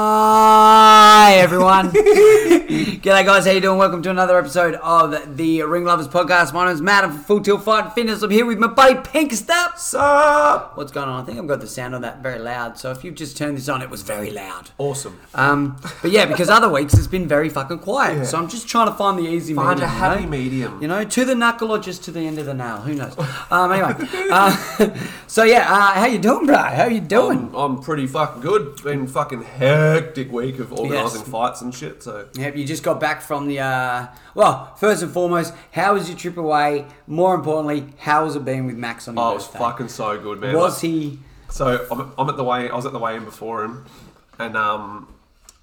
Hi everyone. G'day guys, how you doing? Welcome to another episode of the Ring Lovers Podcast. My name's Matt. I'm from Full Tilt Fight and Fitness. I'm here with my buddy Pink Steps. Sup? What's going on? I think I've got the sound on that very loud. So if you've just turned this on, it was very loud. Awesome. Um, but yeah, because other weeks it's been very fucking quiet. Yeah. So I'm just trying to find the easy Find medium. a happy you know? medium. You know, to the knuckle or just to the end of the nail. Who knows? Um, anyway, uh, so yeah, uh, how you doing, bro? How you doing? I'm, Um, I'm pretty fucking good. Been fucking hectic week of organising Yes. fights and shit. So Yep, you just got back from the. Uh, well, first and foremost, how was your trip away? More importantly, how has it been with Max on your oh, it was birthday? fucking so good, man. Was Like, he? So I'm, I'm at the way. I was at the weigh-in before him, and um,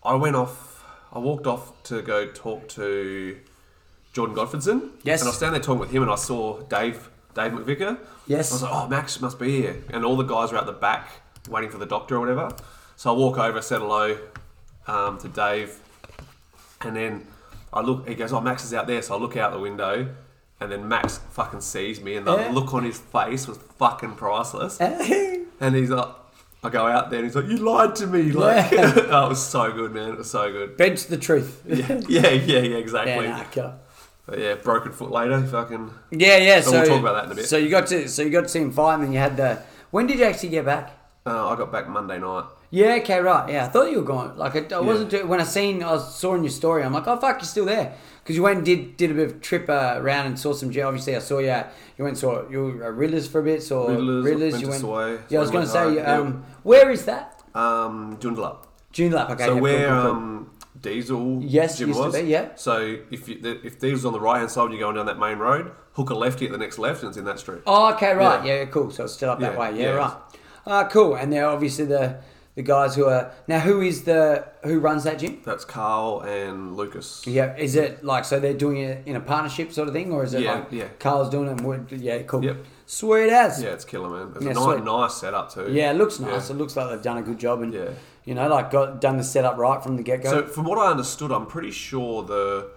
I went off. I walked off to go talk to Jordan Godfredson. Yes. And I was standing there talking with him, and I saw Dave Dave McVicker. Yes. I was like, oh, Max must be here, and all the guys were at the back waiting for the doctor or whatever. So I walk over, said hello um, to Dave, and then I look. He goes, oh, Max is out there. So I look out the window. And then Max fucking sees me, and the Yeah. look on his face was fucking priceless. And he's like, I go out there and he's like, you lied to me. Like, Yeah. that was so good, man. It was so good. Bench the truth. Yeah, yeah, yeah, yeah Yeah, exactly. nah, killer. But yeah, broken foot later. Fucking. yeah, yeah. So we'll talk about that in a bit. So you got to, so you got to see him fight, and then you had the. When did you actually get back? Uh, I got back Monday night. Yeah, okay, right. Yeah, I thought you were gone. Like, I, I wasn't too, when I seen, I saw in your story, I'm like, oh fuck, you're still there, because you went and did did a bit of trip uh, around and saw some gym. Obviously, I saw you. uh, You went and saw you were at Riddler's for a bit, saw Riddler's, Riddler's. went you to went. Sway, yeah, I was Sway gonna say, Went High, um, where is that? Um, Joondalup. June lap. Okay, So yeah, where cool, cool, cool. um, Diesel Yes, gym used to was. be, yeah. So if you, the- if Diesel's on the right hand side, and you're going down that main road. Hook a lefty at the next left, and it's in that street. Oh, okay, right. Yeah, Yeah. cool. So it's still up that Yeah, way. Yeah, yeah. right. Uh, cool. And they're obviously the the guys who are now. Who is the who runs that gym? That's Carl and Lucas. Yeah, is it like so they're doing it in a partnership sort of thing, or is it Yeah, like yeah. Carl's doing it? And we're, yeah, cool. Yep. Sweet as. Yeah, it's killer, man. It's Yeah, a sweet. nice, nice setup too. Yeah, it looks nice. Yeah. It looks like they've done a good job, and Yeah. you know, like got done the setup right from the get go. So from what I understood, I'm pretty sure the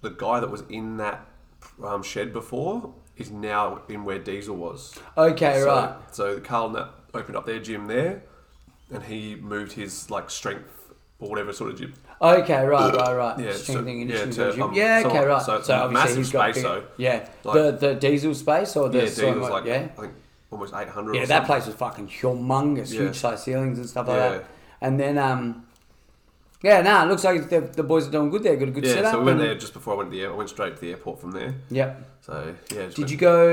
the guy that was in that um, shed before is now in where Diesel was. okay, so, Oh, right. So Carl Na- opened up their gym there, and he moved his like strength or whatever sort of gym. Okay, right, right, right. Yeah, Strength so- thing, yeah, initiative, to, regime. um, yeah, so- okay, right. so So, it's a obviously massive he's got space, bigger- so, yeah, like- the the diesel space or the Yeah, sort of Diesel's like- like yeah, I think almost 800. yeah. or That something. place was fucking humongous, Yeah. huge size ceilings and stuff like Yeah. that. And then um, yeah, nah, it looks like the, the boys are doing good there. Got a good Yeah, setup. so we went and- there just before I went to the air. I went straight to the airport from there. Yep. So yeah. just Did went- you go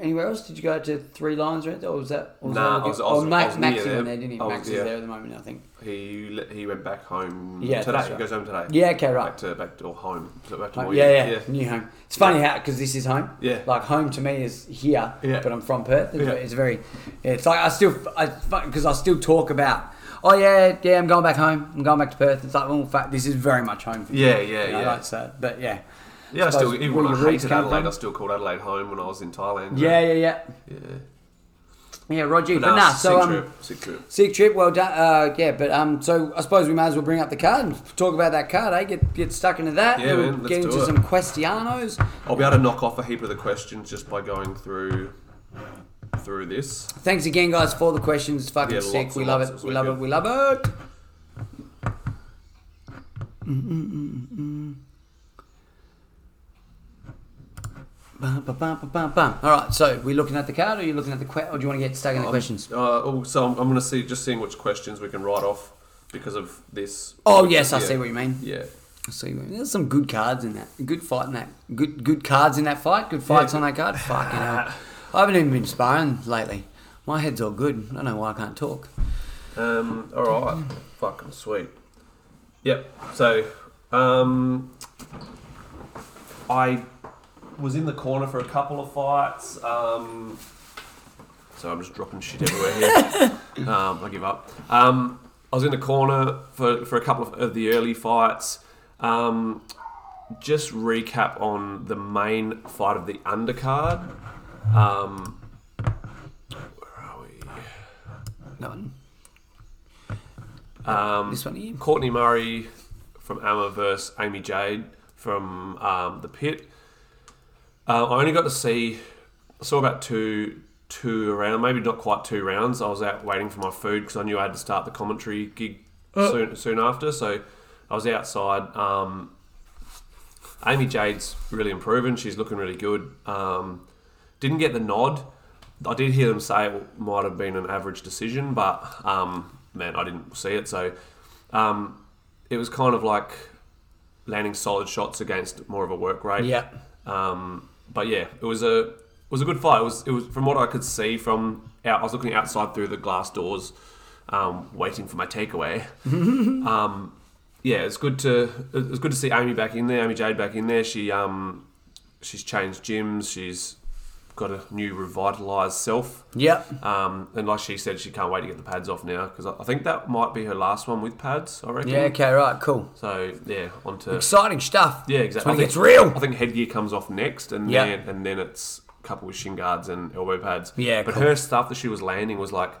anywhere else? Did you go to Three Lions or anything? Or was that? Or was Nah, that I was- I or was- I Max, was Max near is in there. there, didn't he? I was- Max yeah. is there at the moment, I think. He le- he went back home Yeah, today. that's He right. goes home today. Yeah, okay, right. Back to back to or home. So back to Home- Moy- yeah, yeah, new home. It's funny how because this is home. Yeah. like home to me is here, Yeah. but I'm from Perth. It's, Yeah. it's very, yeah, it's like I still, I because I still talk about, oh yeah, yeah, I'm going back home. I'm going back to Perth. It's like, well, in fact, this is very much home for me. Yeah, yeah, You know, yeah. like, so, but yeah, Yeah, I Suppose still even where when I your roots hated come Adelaide, from. I still called Adelaide home when I was in Thailand. yeah, yeah, yeah, yeah. yeah, Roger. But, Nah, nah, sick so um, trip, sick trip. Sick trip, well done. Uh, yeah, but um, so I suppose we may as well bring up the card and talk about that card. Eh? Get get stuck into that. Yeah, then we'll man, let's get do into it. some Questianos. I'll be able to knock off a heap of the questions just by going through through this. Thanks again, guys, for the questions. It's fucking Yeah, lots sick. and We love lots. it. It's We love it. wicked. We love it. Bum, bum, bum, bum, bum, bum. All right, so we're looking at the card, or you looking at the que- or do you want to get stuck in the questions? Uh, oh, so I'm, I'm going to see just seeing which questions we can write off because of this. Oh yes, I Yeah. see what you mean. Yeah. I see what you mean. There's some good cards in that. Good fight in that. Good good cards in that fight. Good fights on that card. Fucking hell. I haven't even been sparring lately. My head's all good. I don't know why I can't talk. Um, all right. Fucking sweet. Yep. So, um, I was in the corner for a couple of fights. Um, so I'm just dropping shit everywhere here. um, I give up. Um, I was in the corner for, for a couple of, of the early fights. Um, just recap on the main fight of the undercard. Um, where are we? That one. Um, This one here. Courtney Murray from Amma versus Amy Jade from um, the Pit. Uh, I only got to see, I saw about two two rounds, maybe not quite two rounds. I was out waiting for my food because I knew I had to start the commentary gig soon soon after. So I was outside. Um, Amy Jade's really improving. She's looking really good. Um, didn't get the nod. I did hear them say it might have been an average decision, but um, man, I didn't see it. So um, it was kind of like landing solid shots against more of a work rate. Yeah. Um, but yeah, it was a it was a good fight. It was it was from what I could see from out. I was looking outside through the glass doors, um, waiting for my takeaway. um, yeah, it's good to it's good to see Amy back in there. Amy Jade back in there. She um she's changed gyms. She's got a new revitalized self. Yep. Um, and like she said, she can't wait to get the pads off now because I I think that might be her last one with pads. I reckon. Yeah. Okay. Right. Cool. So yeah, onto Exciting stuff. yeah, exactly. It's when I it gets think- real. I think headgear comes off next, and Yeah. then and then it's a couple with shin guards and elbow pads. Yeah, but cool. her stuff that she was landing was like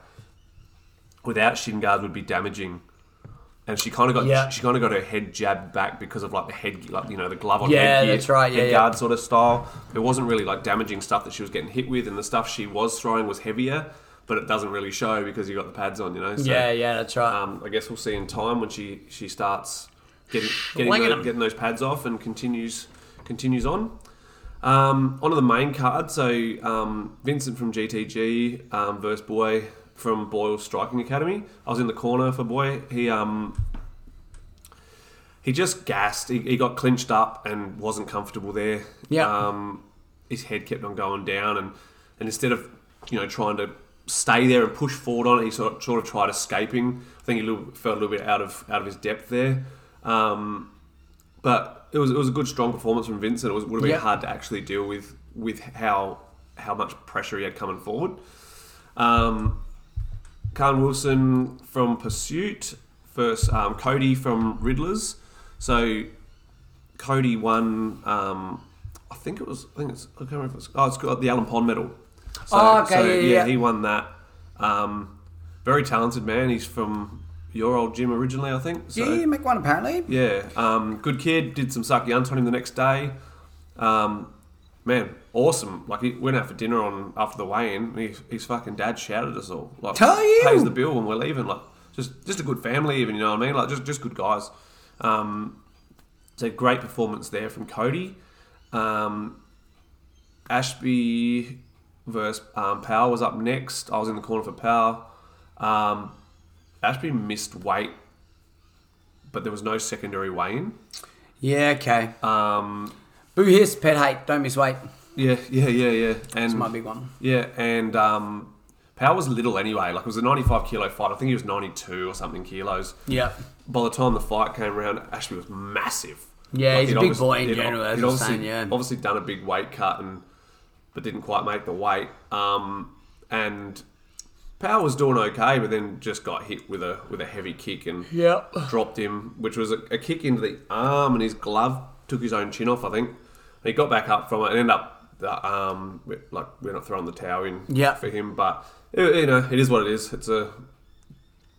without shin guards would be damaging, and she kind of got Yeah. she kind of got her head jabbed back because of like the head like you know the glove on Yeah, headgear, that's right, yeah, head yeah. guard sort of style. It wasn't really like damaging stuff that she was getting hit with, and the stuff she was throwing was heavier, but it doesn't really show because you got the pads on, you know. So, Yeah. Yeah. That's right. um, I guess we'll see in time when she she starts getting getting, Slinging those, them. getting those pads off and continues continues on. Um, onto the main card. So um, Vincent from GTG um, versus Boy from Boyle Striking Academy. I was in the corner for Boy. He um, he just gassed. He, he got clinched up and wasn't comfortable there. Yeah. Um, his head kept on going down, and, and instead of you know trying to stay there and push forward on it, he sort of, sort of tried escaping. I think he little, felt a little bit out of out of his depth there. Um, but it was it was a good strong performance from Vincent. It was, would have been Yeah. hard to actually deal with with how how much pressure he had coming forward. Um, Khan Wilson from Pursuit versus um, Cody from Riddlers. So Cody won. Um, I think it was. I think it's. I can't remember. If it's, oh, it's got the Alan Pond medal. So, Oh, okay, yeah, yeah. He won that. Um, very talented man. He's from your old gym originally, I think. So, yeah. Make one apparently. yeah, um, good kid. Did some sucky unts on him the next day. Um, man, awesome! Like he went out for dinner on after the weigh-in. And he, his fucking dad shouted us all. Like, Tell you! pays the bill when we're leaving. Like, just just a good family, even you know what I mean? Like, just just good guys. Um, so great performance there from Cody. Um, Ashby versus um, Power was up next. I was in the corner for Power. Um, Ashby missed weight, but there was no secondary weigh-in. Yeah. Okay. Um, Boo hiss. Pet hate. Don't miss weight. yeah, yeah, yeah, yeah. And It's my big one. Yeah, and um, Power was little anyway. Like it was a 95 kilo fight. I think he was 92 or something kilos. Yeah. By the time the fight came around, Ashby was massive. Yeah, he's he'd a big obvious- boy in he'd ob- general, that's he'd what I'm obviously, saying, yeah. obviously done a big weight cut and but didn't quite make the weight. Um, and Power was doing okay, but then just got hit with a with a heavy kick and Yep. dropped him, which was a, a kick into the arm, and his glove took his own chin off, I think. And he got back up from it and ended up the arm, we- like we're not throwing the towel in Yeah. for him, but it, you know it is what it is. It's a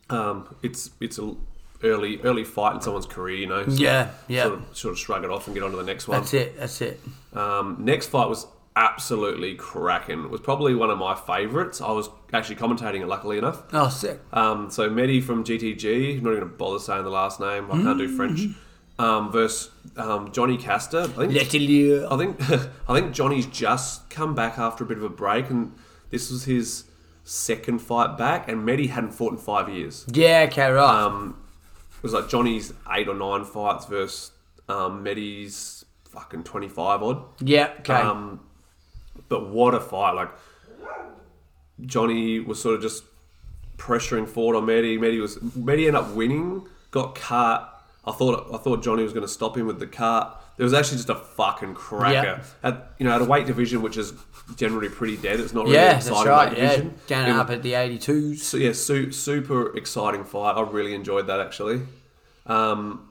um, it's it's a early early fight in someone's career, you know. So Yeah, yeah. Sort of, sort of shrug it off and get on to the next one. That's it. That's it. Um, next fight was absolutely cracking. It was probably one of my favourites. I was actually commentating it, luckily enough. Oh, sick. Um, so Mehdi from GTG, I'm not even going to bother saying the last name. I can't do French. Mm. Um, versus um, Johnny Castor. I think, Let it live. I think I think Johnny's just come back after a bit of a break, and this was his second fight back. And Mehdi hadn't fought in five years. Yeah. Okay. Right. Um, it was like Johnny's eight or nine fights versus um, Mehdi's fucking twenty five odd. yeah. Okay. Um, but what a fight! Like Johnny was sort of just pressuring forward on Mehdi. Mehdi was Mehdi ended up winning, got cart. I thought I thought Johnny was going to stop him with the cart. It was actually just a fucking cracker. Yeah. At you know, at a weight division which is generally pretty dead, it's not really Yeah, an that's exciting right. weight Yeah, division. down It and was- up at the 82s. so yeah, su- super exciting fight. I really enjoyed that actually. Um,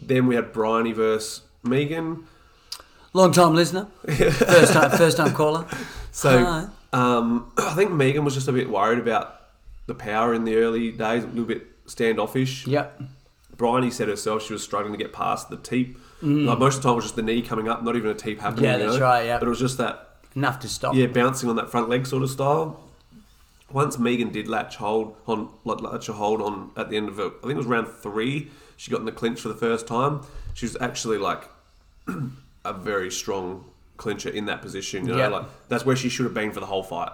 then we had Bryony versus Megan. Long time listener, first time first time caller. Hi. So um, I think Megan was just a bit worried about the power in the early days, a little bit standoffish. Yep. Bryony said herself she was struggling to get past the teep. Like most of the time, it was just the knee coming up, not even a teep happening. Mm. Yeah, you that's know? right, yeah. but it was just that Enough to stop. yeah, bouncing on that front leg sort of style. Once Megan did latch hold on, like, latch a hold on at the end of it, I think it was round three. She got in the clinch for the first time. She was actually like a very strong clincher in that position. You know, Yeah. like that's where she should have been for the whole fight.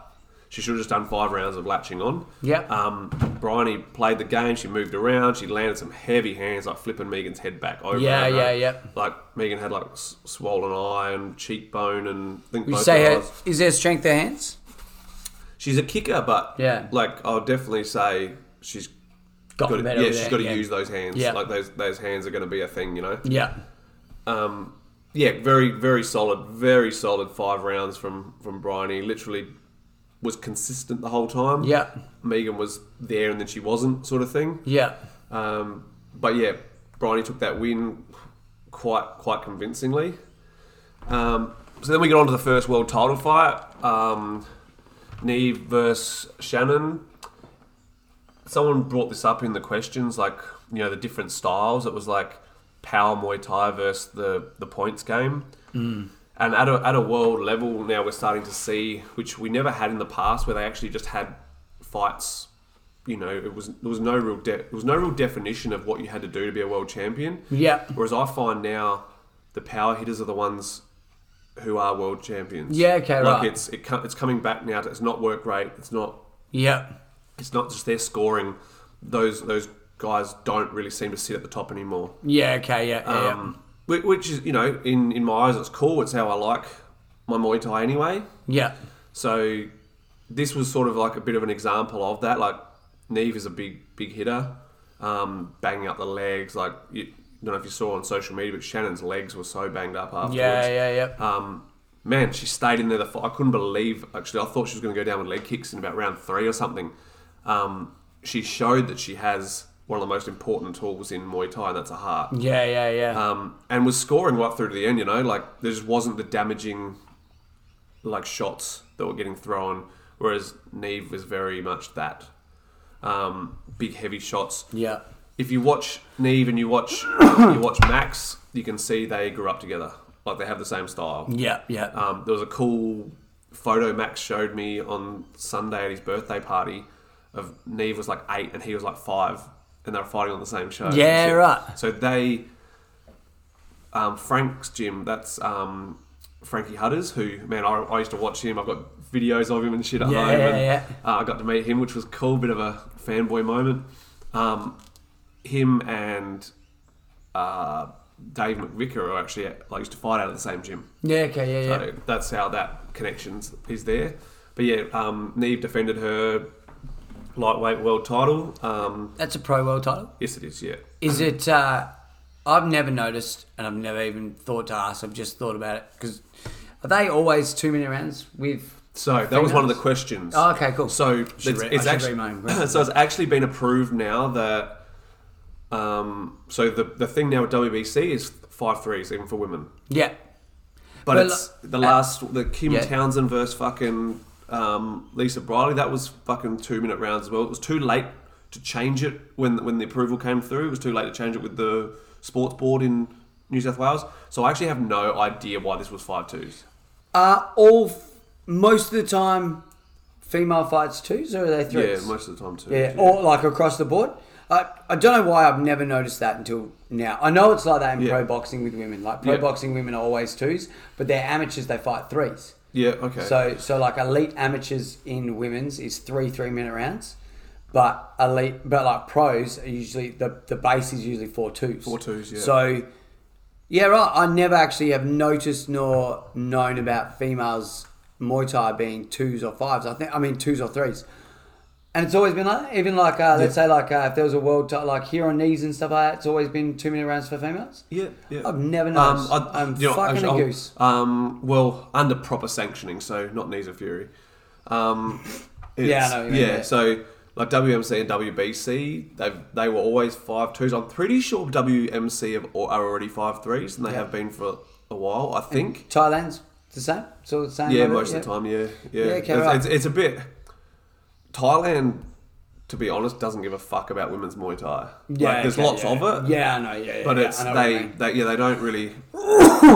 She should have just done five rounds of latching on. Yeah. Um, Bryony played the game. She moved around. She landed some heavy hands, like flipping Megan's head back over. Yeah, and, uh, yeah, yeah. Like Megan had like s- swollen eye and cheekbone, and I think You both say her her, eyes. is there strength of hands? She's a kicker, but Yeah. like I'll definitely say she's Got got to, better yeah, with she's that, got to yeah. use those hands. Yeah. Like those those hands are going to be a thing, you know. Yeah. Yeah, very very solid, very solid five rounds from from Bryony. Literally was consistent the whole time. Yeah. Megan was there and then she wasn't, sort of thing. Yeah. Um, but yeah, Bryony took that win quite quite convincingly. Um, so then we get on to the first world title fight. Um, Neve versus Shannon. Someone brought this up in the questions, like you know the different styles. It was like power Muay Thai versus the the points game. And at a, at a world level now, we're starting to see which we never had in the past, where they actually just had fights. You know, it was there was no real de- there was no real definition of what you had to do to be a world champion. Yeah. Whereas I find now the power hitters are the ones who are world champions. Yeah, okay, like right. it's it, co- it's coming back now. To, it's not work rate. It's not Yeah. it's not just their scoring. Those those guys don't really seem to sit at the top anymore. Yeah. Okay. Yeah. yeah, yeah. Um, whi- which is you know in in my eyes it's cool. It's how I like my Muay Thai anyway. yeah. So this was sort of like a bit of an example of that. Like Neve is a big, big hitter, um, banging up the legs. Like you, I don't know if you saw on social media, but Shannon's legs were so banged up afterwards. Yeah. Yeah. Yeah. Um, man, she stayed in there. The fight. I couldn't believe. Actually, I thought she was going to go down with leg kicks in about round three or something. Um, she showed that she has one of the most important tools in Muay Thai, and that's a heart Yeah. Yeah. Yeah. um, and was scoring right through to the end. You know, like there just wasn't the damaging like shots that were getting thrown. Whereas Neve was very much that um, big heavy shots. yeah. If you watch Neve and you watch you watch Max, you can see they grew up together. Like they have the same style. Yeah. Yeah. Um, there was a cool photo Max showed me on Sunday at his birthday party of Neve was like eight and he was like five, and they were fighting on the same show. and Yeah, shit. right. So they, um, Frank's gym. That's um, Frankie Hudders. Who man, I, I used to watch him. I've got videos of him and shit at Yeah, home. yeah, and, yeah. Uh, I got to meet him, which was cool. Bit of a fanboy moment. Um, him and uh, Dave McVicker are actually like used to fight out of the same gym. yeah. Okay. Yeah. Yeah. So that's how that connection is there. But yeah, um, Neve defended her lightweight world title. Um, That's a pro world title. yes, it is. Yeah, Is it? Uh, I've never noticed, and I've never even thought to ask. I've just thought about it because are they always two minute rounds with? So that was one of the Fingers? questions. Oh, okay, cool. So Should it's, re- I it's should actually read my own question. so it's actually been approved now that um, so the the thing now at WBC is five threes even for women, Yeah. but Well, it's the uh, last the Kim yeah. Townsend versus fucking um, Lisa Briley that was fucking two minute rounds as well. It was too late to change it when when the approval came through. It was too late to change it with the sports board in New South Wales. So I actually have no idea why this was five twos. Are all f- most of the time female fights twos or are they threes? Yeah, most of the time too. Yeah, or like across the board. I, I don't know why I've never noticed that until now. I know it's like that in Yeah. pro boxing with women. Like pro Yeah. boxing women are always twos, but they're amateurs. They fight threes. yeah okay. So so like elite amateurs in women's is three three minute rounds, but elite but like pros are usually the the base is usually four twos. Four twos, yeah. So yeah, right. I never actually have noticed nor known about females Muay Thai being twos or fives. I think I mean twos or threes. And it's always been like, even like, uh, let's say, like, uh, if there was a world, ti- like, here on knees and stuff like that, it's always been two minute rounds for females. Yeah, yeah. I've never Um, noticed. I, I'm you know, fucking actually, a I'll- goose. Um, well, under proper sanctioning, so not knees of fury. Um, Yeah, I it's- know what you mean, yeah, yeah. So like WMC and WBC, they they were always five twos. I'm pretty sure WMC have, al- are already five threes, and they Yeah. have been for a while. I think. Thailand's the same. It's all the same. Yeah, over most there, of the time. Yeah, yeah. Yeah, okay, it's, right. it's, it's a bit. Thailand, to be honest, doesn't give a fuck about women's Muay Thai. Yeah, like, there's okay, lots yeah. of it. Yeah, I know. Yeah, yeah But yeah, it's I know what you they, mean. they yeah they don't really.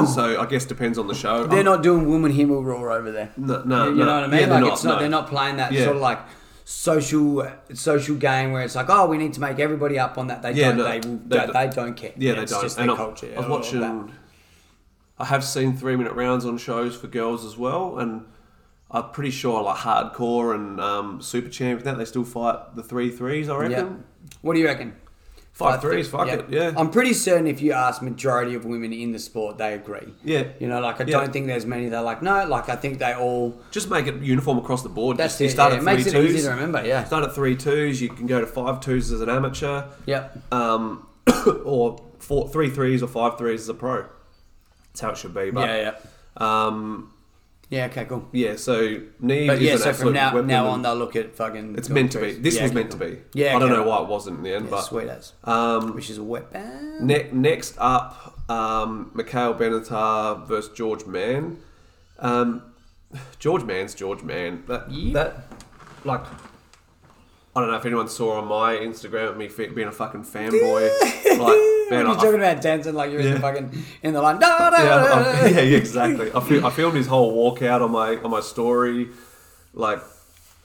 so I guess depends on the show. They're I'm- not doing woman hero roar over there. No, no, you, you no. know what I mean. Yeah, they're like not, it's not. no. They're not playing that Yeah. sort of like social social game where it's like, oh, we need to make everybody up on that. They Yeah, don't. no, they, will, they they, don't. they don't care. Yeah, they it's don't. Just And their I, culture. I was all of that. watching. I have seen three minute rounds on shows for girls as well, and I'm pretty sure like hardcore and um, super champ and that they still fight the three threes. I reckon. Yeah. What do you reckon? Five threes, fuck it, yeah. I'm pretty certain if you ask majority of women in the sport, they agree. Yeah. You know, like I Yeah. don't think there's many that are like no. Like I think they all. Just make it uniform across the board. That's Just, you it. start yeah, at it three makes twos. it easy to remember. Yeah. Start at three twos. You can go to five twos as an amateur. Yep. Um, or four, three threes or five threes as a pro. That's how it should be. But yeah. Um, Yeah. Okay. Cool. yeah. So need But is yeah, an so absolute from now weapon now and- on, they'll look at fucking. It's meant to be. This was meant to be. Yeah, I don't okay. know why it wasn't in the end, Yeah, but sweet as. um, Which is a weapon. ne- next up, um, Mikhail Benatar versus George Mann. Um, George Mann's George Mann. That Yeah. that like. I don't know if anyone saw on my Instagram me fe- being a fucking fanboy. like, man, When you're I, talking about dancing like you're in the Yeah. fucking in the line. Da, da, yeah, da, da, I, da. yeah, yeah, exactly. I, fil- I filmed his whole walkout on my on my story. Like,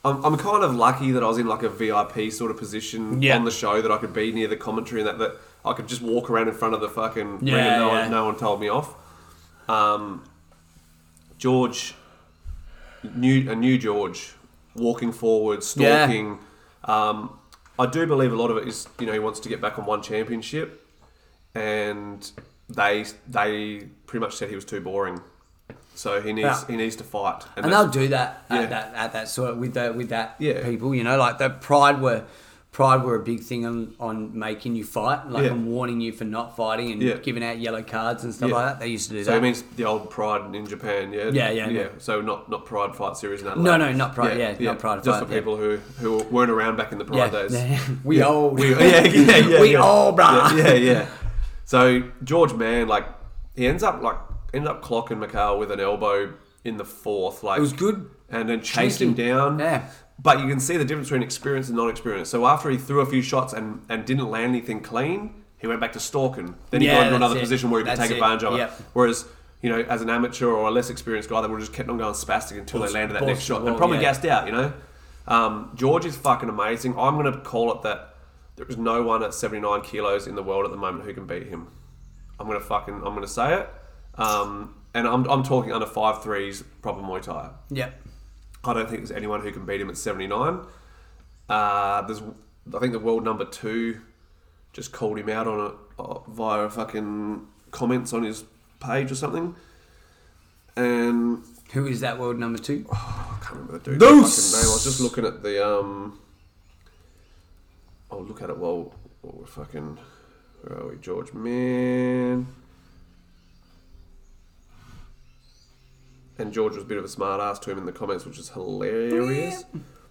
I'm, I'm kind of lucky that I was in like a VIP sort of position Yeah. on the show that I could be near the commentary and that that I could just walk around in front of the fucking ring Yeah, and no, yeah. one, no one told me off. Um, George, new a new George, walking forward, Yeah. stalking. Um, I do believe a lot of it is you know he wants to get back on one championship and they they pretty much said he was too boring. So he needs Yeah. he needs to fight. And that's- they'll do that Yeah. at that at that sort of, with the, with that Yeah. people. You know, like the pride were pride were a big thing on, on making you fight, like Yeah. on warning you for not fighting and Yeah. giving out yellow cards and stuff Yeah. like that. They used to do so that. he means the old Pride in Japan, yeah, Yeah, yeah, yeah. yeah. So not not Pride fight series in that. No, no, not Pride, yeah, not Pride Just fight, for yeah. people who who weren't around back in the yeah. Pride days. we old. We, yeah, yeah, yeah, we yeah. old, bruh. Yeah, yeah, yeah. So George Mann, like he ends up like ended up clocking Macau with an elbow in the fourth. Like It was good. and then chased him Cheeky. down. Yeah. But you can see the difference between experience and non-experience. So after he threw a few shots and, and didn't land anything clean, he went back to stalking. Then he Yeah, got into that's another it. position where he could That's take it. advantage of Yep. it. Whereas, you know, as an amateur or a less experienced guy, they would have just kept on going spastic until Balls- they landed that balls next to shot. the And wall, probably yeah. gassed out, you know? Um, George is fucking amazing. I'm going to call it that there is no one at 79 kilos in the world at the moment who can beat him. I'm going to fucking, I'm going to say it. Um, and I'm, I'm talking under five threes, proper Muay Thai. Yep. I don't think there's anyone who can beat him at 79. Uh, there's, I think the world number two just called him out on it uh, via fucking comments on his page or something. And Who is that world number two? I can't remember the dude's fucking name. I Those- was just looking at the um. I'll look at it while while we're fucking. Where are we, George? Man. And George was a bit of a smart ass to him in the comments, which is hilarious.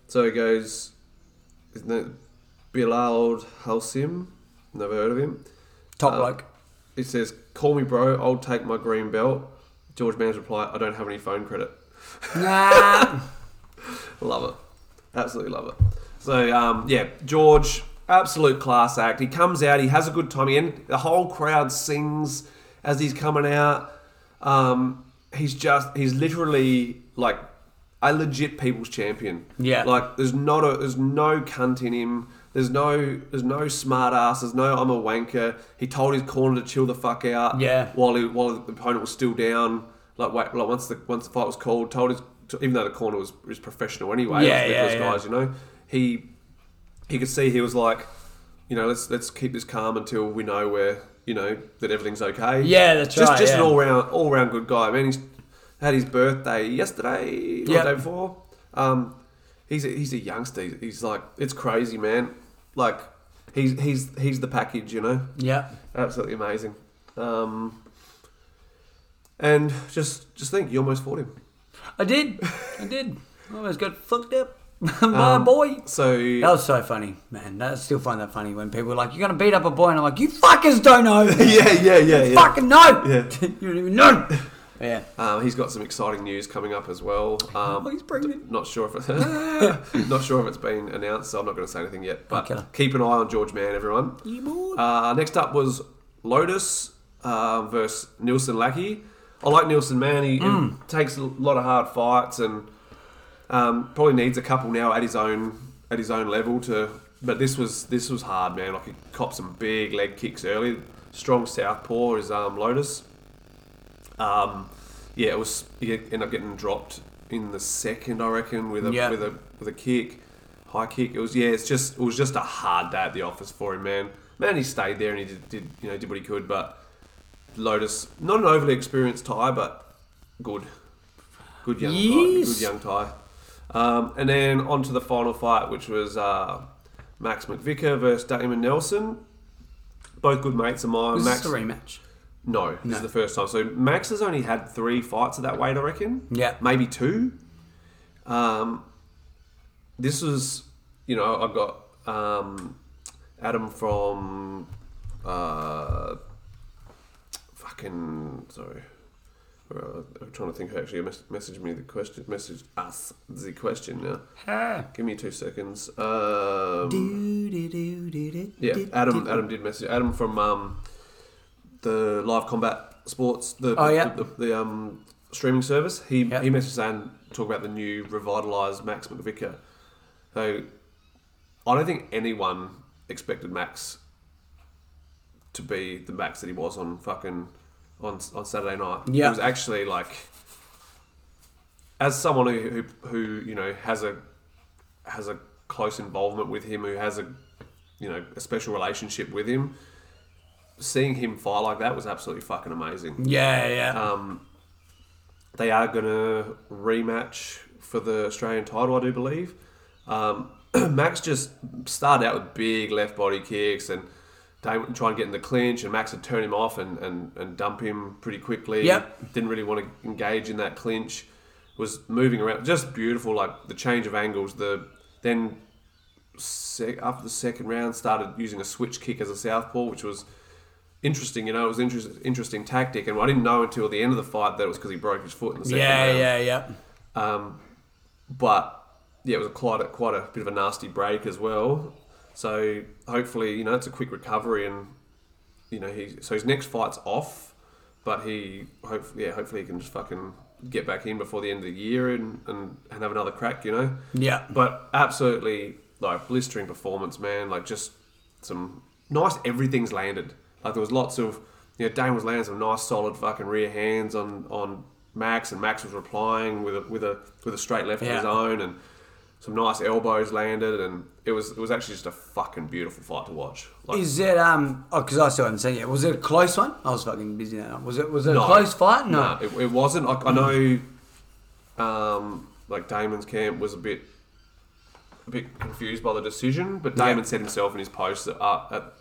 So he goes, isn't it Bilal Halsim? Never heard of him. Top Uh, bloke. It says, "Call me, bro. I'll take my green belt." George Mann's reply, "I don't have any phone credit." Nah. Love it. Absolutely love it. So, um, yeah, George, absolute class act. He comes out, he has a good time. He end, the whole crowd sings as he's coming out. Um, he's just, he's literally like a legit people's champion. Yeah. Like, there's not a, there's no cunt in him. There's no, there's no smart ass. There's no, I'm a wanker. He told his corner to chill the fuck out. Yeah. While he, while the opponent was still down, like wait, like once the once the fight was called, told his to, even though the corner was, was professional anyway. Yeah, it was yeah, Nicholas yeah. guys, you know, he he could see he was like, you know, let's let's keep this calm until we know where you know that everything's okay. Yeah, that's just, right, Just an yeah. all round all round good guy. I mean, he's had his birthday yesterday, Yep. or the day before. Um, he's a, he's a youngster. He's, he's like it's crazy, man. Like he's he's he's the package, you know. Yeah. Absolutely amazing. Um, and just just think, you almost fought him. I did. I did. I almost got fucked up by a boy. So Um, That was so funny, man. I still find that funny when people are like, "You're gonna beat up a boy," and I'm like, "You fuckers don't know." yeah, yeah, yeah, yeah. Fucking know. Yeah. you don't even know. Yeah. Um, he's got some exciting news coming up as well. Um, Oh, he's pregnant. Not sure if it's not sure if it's been announced, so I'm not going to say anything yet. But Okay. keep an eye on George Mann, everyone. Uh, next up was Lotus uh, versus Nielsen Lackey. I like Nielsen Mann. He, he takes a lot of hard fights and um, probably needs a couple now at his own at his own level to. But this was this was hard, man. Like he copped some big leg kicks early. Strong southpaw is um, Lotus. Um, yeah, it was. He ended up getting dropped in the second, I reckon, with a Yeah. with a with a kick, high kick. It was yeah. It's just it was just a hard day at the office for him, man. Man, he stayed there and he did, did you know did what he could, but Lotus not an overly experienced tie, but good, good young Yes. tie, good young tie. Um, and then on to the final fight, which was uh, Max McVicker versus Damon Nelson. Both good mates of mine. Was Max, this a rematch? no, this is the first time. So Max has only had three fights at that weight, I reckon. Yeah. maybe two. Um, this was, you know, I've got um, Adam from uh, fucking sorry. Uh, I'm trying to think. Who actually mes- messaged me the question. Messaged us the question now. Give me two seconds. Um, yeah, Adam. Adam did message Adam from um, the live combat sports. The, Oh, yeah. the, the, the, um, streaming service. He Yeah. he messaged and talk about the new revitalized Max McVicker. So I don't think anyone expected Max to be the Max that he was on fucking on on Saturday night. Yeah. it was actually like as someone who, who who you know has a has a close involvement with him, who has a you know a special relationship with him. Seeing him fight like that was absolutely fucking amazing. Yeah, yeah. Um, they are going to rematch for the Australian title, I do believe. Um, Max just started out with big left body kicks and Damon try and get in the clinch, and Max would turn him off and, and, and dump him pretty quickly. Yep. Didn't really want to engage in that clinch. Was moving around, just beautiful, like the change of angles. The then sec, after the second round, started using a switch kick as a southpaw, which was interesting. You know, it was interest, interesting tactic, and I didn't know until the end of the fight that it was because he broke his foot in the second yeah, round. yeah, yeah. But yeah, it was quite a, quite a bit of a nasty break as well. So hopefully, you know, it's a quick recovery, and you know, he so his next fight's off, but he hopefully, yeah, hopefully he can just fucking get back in before the end of the year and and, and have another crack. You know. Yeah. But absolutely, like blistering performance, man. Like just some nice everything's landed. Like there was lots of you know Dane was landing some nice solid fucking rear hands on on Max, and Max was replying with a with a with a straight left of his Yeah. own, and some nice elbows landed, and it was it was actually just a fucking beautiful fight to watch. Like Is it um? Oh, because I still haven't seen it. Was it a close one? I was fucking busy that night. Was it? Was it a close fight? No. nah, it, it wasn't. I, I know, um, like Damon's camp was a bit, a bit confused by the decision, but Damon said himself in his post that uh, at,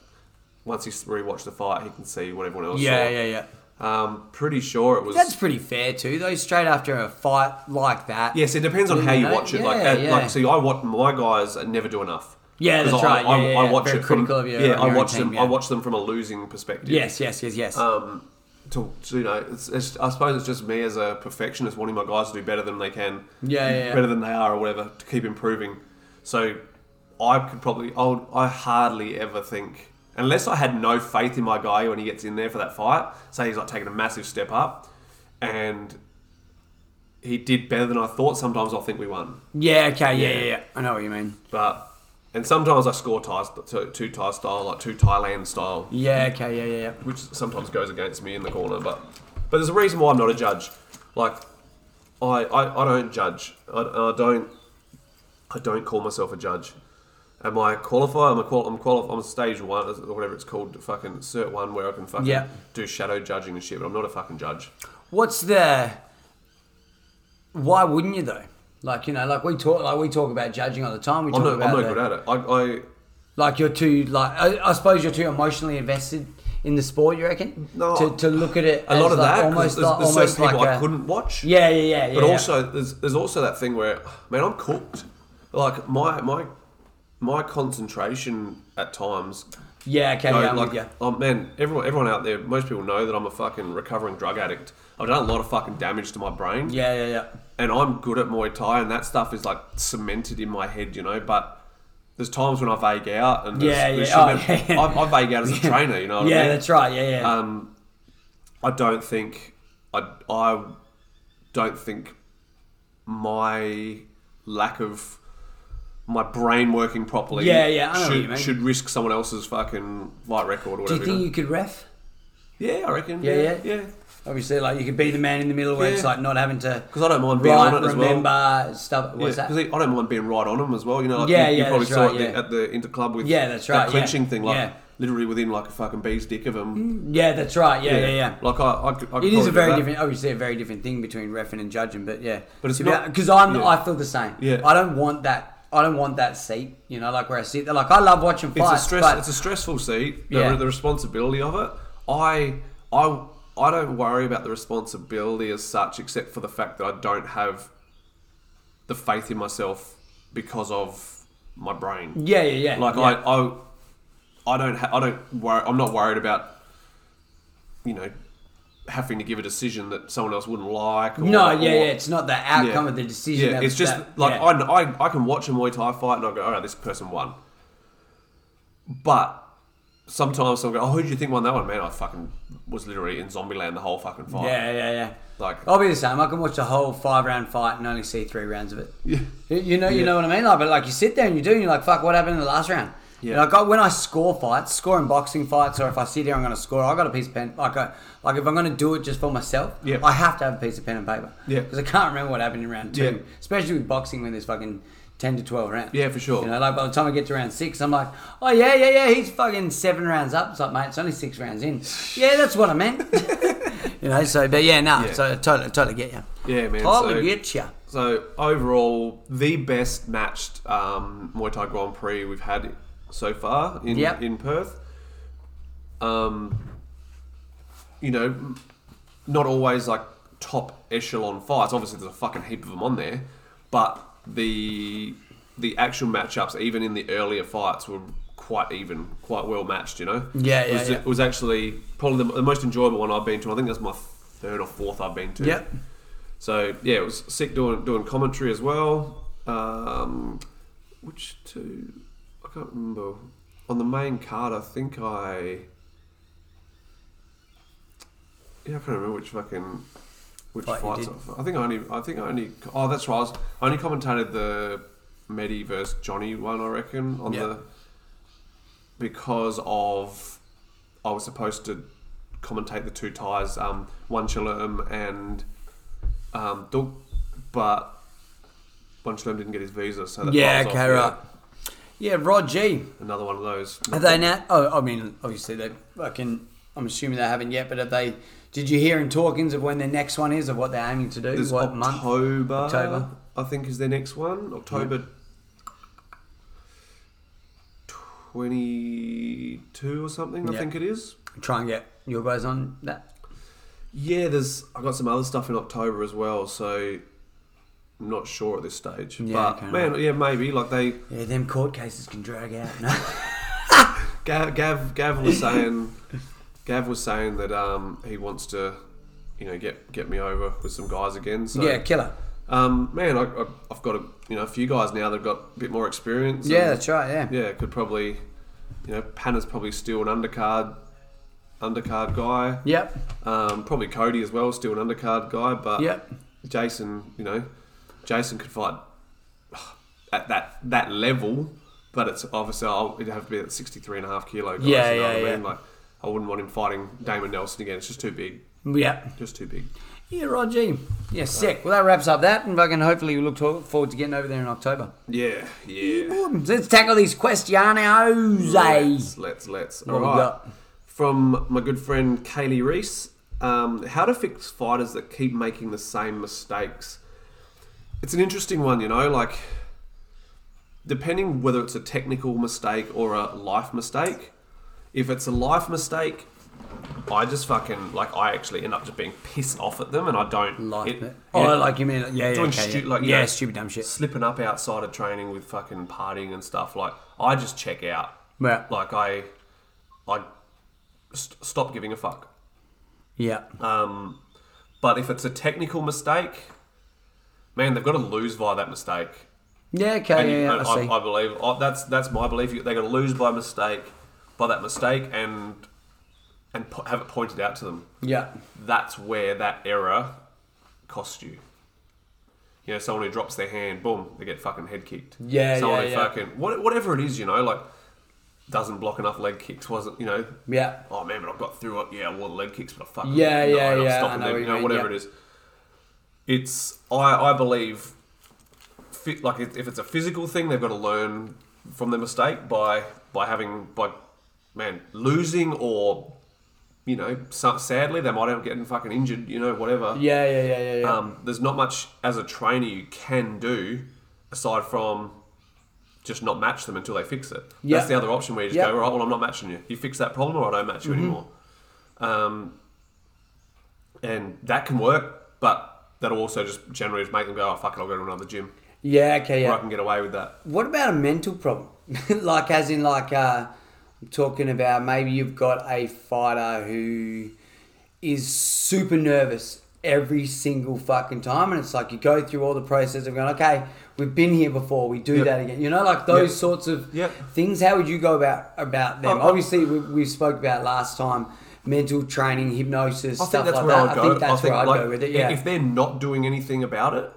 once he rewatched the fight, he can see what everyone else. yeah, saw. yeah, yeah. Um, pretty sure it was. That's pretty fair too, though. Straight after a fight like that. Yes, it depends on how you Yeah, watch it. like, yeah, uh, yeah. like, see, I watch my guys never do enough. Yeah, 'Cause that's I, right. I, Yeah, yeah, I yeah. watch Very it from, critical of your- yeah, of I your watch own team, them. yeah. I watch them from a losing perspective. Yes, yes, yes, yes. um, to, to, you know, it's, it's, I suppose it's just me as a perfectionist wanting my guys to do better than they can, Yeah, yeah, yeah. better than they are or whatever, to keep improving. So I could probably, I, would, I hardly ever think, unless I had no faith in my guy when he gets in there for that fight. Say he's like taking a massive step up, and he did better than I thought. Sometimes I'll think we won, yeah. Okay. Yeah, yeah. yeah, yeah. I know what you mean. but and sometimes I score ties, two, two tie style, like two Thailand style Yeah. Okay. Yeah. Yeah. Yeah. which sometimes goes against me in the corner. But but there's a reason why I'm not a judge. Like I I, I don't judge. I, I don't I don't call myself a judge. Am I qualified? I'm a qual- I'm qualified. I'm a stage one or whatever it's called, fucking cert one, where I can fucking Yeah. do shadow judging and shit. But I'm not a fucking judge. What's the? Why wouldn't you though? Like you know, like we talk, like we talk about judging all the time. We talk I'm not, I'm about not the- good at it. I, I like you're too like I, I suppose you're too emotionally invested in the sport. You reckon? No. to, to look at it a as lot of like that 'cause almost there's, like, there's almost certain people like I a- couldn't watch. Yeah, yeah, yeah. But yeah. also, there's, there's also that thing where, man, I'm cooked. Like my my my concentration at times. yeah, okay, go, yeah, I'm like, with ya. oh man, everyone everyone out there, most people know that I'm a fucking recovering drug addict. I've done a lot of fucking damage to my brain. yeah, yeah, yeah. and I'm good at Muay Thai, and that stuff is like cemented in my head, you know. But there's times when I vague out, and there's- Yeah, there's yeah. Oh, shit that- yeah. I, I vague out as a trainer, you know. What I Yeah, mean? that's right. Yeah, yeah. Um, I don't think I I don't think my lack of my brain working properly Yeah, yeah, I know what you mean. should, should risk someone else's fucking light record or Do you whatever. think you you could ref? know? yeah, I reckon. Yeah, yeah. yeah. Obviously, like you could be the man in the middle where it's Yeah. like not having to. 'Cause I don't mind being write, on it as well. remember stuff. What's Yeah, that? because I don't mind being right on them as well. You know, like Yeah, you, you yeah, probably that's saw right, it yeah. at the interclub with Yeah, that's that right, yeah. clinching thing, like Yeah. literally within like a fucking bee's dick of them. Yeah, that's right. Yeah, yeah, yeah. Like I, I, could- I could It is probably a do very that. different, obviously, a very different thing between refing and judging. But yeah, But it's not- because I'm, yeah. I feel the same. Yeah. I don't want that. I don't want that seat. You know, like where I sit. there. Like I love watching It's fights. a stress. but- it's a stressful seat. The, Yeah. the responsibility of it. I, I, I don't worry about the responsibility as such, except for the fact that I don't have the faith in myself because of my brain. yeah, yeah, yeah. Like yeah. I, I, I don't, ha- I don't worry. I'm not worried about, you know, having to give a decision that someone else wouldn't like. Or, no, yeah, or- yeah. It's not the outcome of the decision. Yeah, that- it's just that- like yeah. I, kn- I, I can watch a Muay Thai fight and I go, all right, this person won. But sometimes I'll go, oh, who do you think won that one? Man, I fucking was literally in Zombieland the whole fucking fight. Yeah, yeah, yeah. Like- I'll be the same. I can watch a whole five round fight and only see three rounds of it. Yeah. You- You know, you Yeah. know what I mean. Like, but like you sit there and you do, and you're like, "Fuck, what happened in the last round?" Yeah. Yeah. Like I, when I score fights, scoring boxing fights, or if I sit here, I'm going to score. I got a piece of pen. Like, I, like if I'm going to do it just for myself, Yeah. I have to have a piece of pen and paper. Yeah. Because I can't remember what happened in round two, Yeah. especially with boxing when there's fucking. 10 to 12 rounds. Yeah, for sure. You know, like by the time I get to round six, I'm like, oh, yeah, yeah, yeah, he's fucking seven rounds up. It's like, mate, it's only six rounds in. yeah, that's what I meant. You know, so but yeah, no, Yeah. so I totally, totally get you. Yeah, man, Totally so- get you. So overall, the best matched um, Muay Thai Grand Prix we've had so far in Yep. in Perth. Um, you know, m- not always like top echelon fights. Obviously, there's a fucking heap of them on there, but the the actual matchups, even in the earlier fights, were quite even, quite well matched. You know, Yeah, It yeah, was, yeah. It was actually probably the, the most enjoyable one I've been to. I think that's my third or fourth I've been to. Yep. So yeah, it was sick doing doing commentary as well. Um, which two? I can't remember. On the main card, I think I. Yeah, I can't remember which fucking which Fight you fights. did. I, I think I only. I think I only. Oh, that's right. I, was, I only commentated the Medi versus Johnny one. I reckon on Yeah. the because of I was supposed to commentate the two ties, um, one Chilam and um, Dug, but one Chilam didn't get his visa, so that Yeah, falls off, okay, right. Yeah, Rod G. Another one of those. Have they now? Oh, I mean, obviously they fucking. I'm assuming they haven't yet, but have they? Did you hear in talkings of when their next one is, of what they're aiming to do? There's what month? October, October. I think is their next one. October twenty-two or something. I Yeah. think it is. Try and get your guys on that. Yeah, there's. I got some other stuff in October as well, so I'm not sure at this stage. Yeah, but okay. man, yeah, maybe like they Yeah, them court cases can drag out. No. Gav Gav, Gav was saying Gav was saying that um, he wants to you know get get me over with some guys again. So yeah, killer. um, man, I, I, I've got a you know a few guys now that have got a bit more experience. and- Yeah, that's right. Yeah. yeah, could probably you know Panna's probably still an undercard undercard guy. Yep. Um, probably Cody as well, still an undercard guy, but Yep. Jason, you know, Jason could fight at that that level, but it's obviously I'll, it'd have to be at 63 and a half kilo. Guys, Yeah, you know yeah, what I yeah. mean? Like, I wouldn't want him fighting Damon Nelson again. It's just too big. Yep. Just too big. Yeah, Rod G. Yeah, sick. Well, that wraps up that, and fucking hopefully we look to- forward to getting over there in October. Yeah, yeah. Let's tackle these questionos. eh? Let's let's let's. we All right. got? From my good friend Kaylee Reese, um, how to fix fighters that keep making the same mistakes. it's an interesting one, you know, like depending whether it's a technical mistake or a life mistake. If it's a life mistake, I just fucking like I actually end up just being pissed off at them, and I don't Like, it- oh, yeah. like you mean, yeah, yeah, doing okay, stu- yeah. like, you yeah, know, stupid dumb shit. slipping up outside of training with fucking partying and stuff. Like I just check out. Yeah. Like I, I st- stop giving a fuck. Yeah, Um, but if it's a technical mistake, man, they've got to lose via that mistake. yeah, okay, And yeah, you- yeah, and I see. I, I believe I, that's that's my belief. They're going to lose by mistake, by that mistake, and and po- have it pointed out to them. yeah, That's where that error cost you. You know, someone who drops their hand, boom, they get fucking head kicked. Yeah, someone yeah, who yeah. fucking what, whatever it is, you know, like doesn't block enough leg kicks, wasn't you know? yeah, Oh man, but I've got through it. Yeah, I wore the leg kicks, but I fucking Yeah, no, yeah, and I'm yeah, stopping I know what them, you you know, mean, whatever yeah. it is. It's I I believe fit, like if if it's a physical thing, they've got to learn from their mistake by by having by man losing or you know sa- sadly they might end up getting fucking injured, you know whatever. yeah, yeah, yeah, yeah, yeah. Um, there's not much as a trainer you can do aside from just not match them until they fix it. Yeah. That's the other option where you just Yeah. Mm-hmm. go, right, well, I'm not matching you. You fix that problem or I don't match you anymore. Um, and that can work, but that'll also just generally just make them go, oh, fuck it, I'll go to another gym yeah, okay, yeah. where I can get away with that. What about a mental problem? like, as in, like, uh, I'm talking about maybe you've got a fighter who is super nervous every single fucking time, and it's like you go through all the process of going, okay, we've been here before, we do Yep. that again. You know, like those Yep. sorts of Yep. things. How would you go about about them? Um, Obviously, we, we spoke about last time mental training, hypnosis, stuff like that. I think that's where I'd like, go with it. Yeah, If they're not doing anything about it,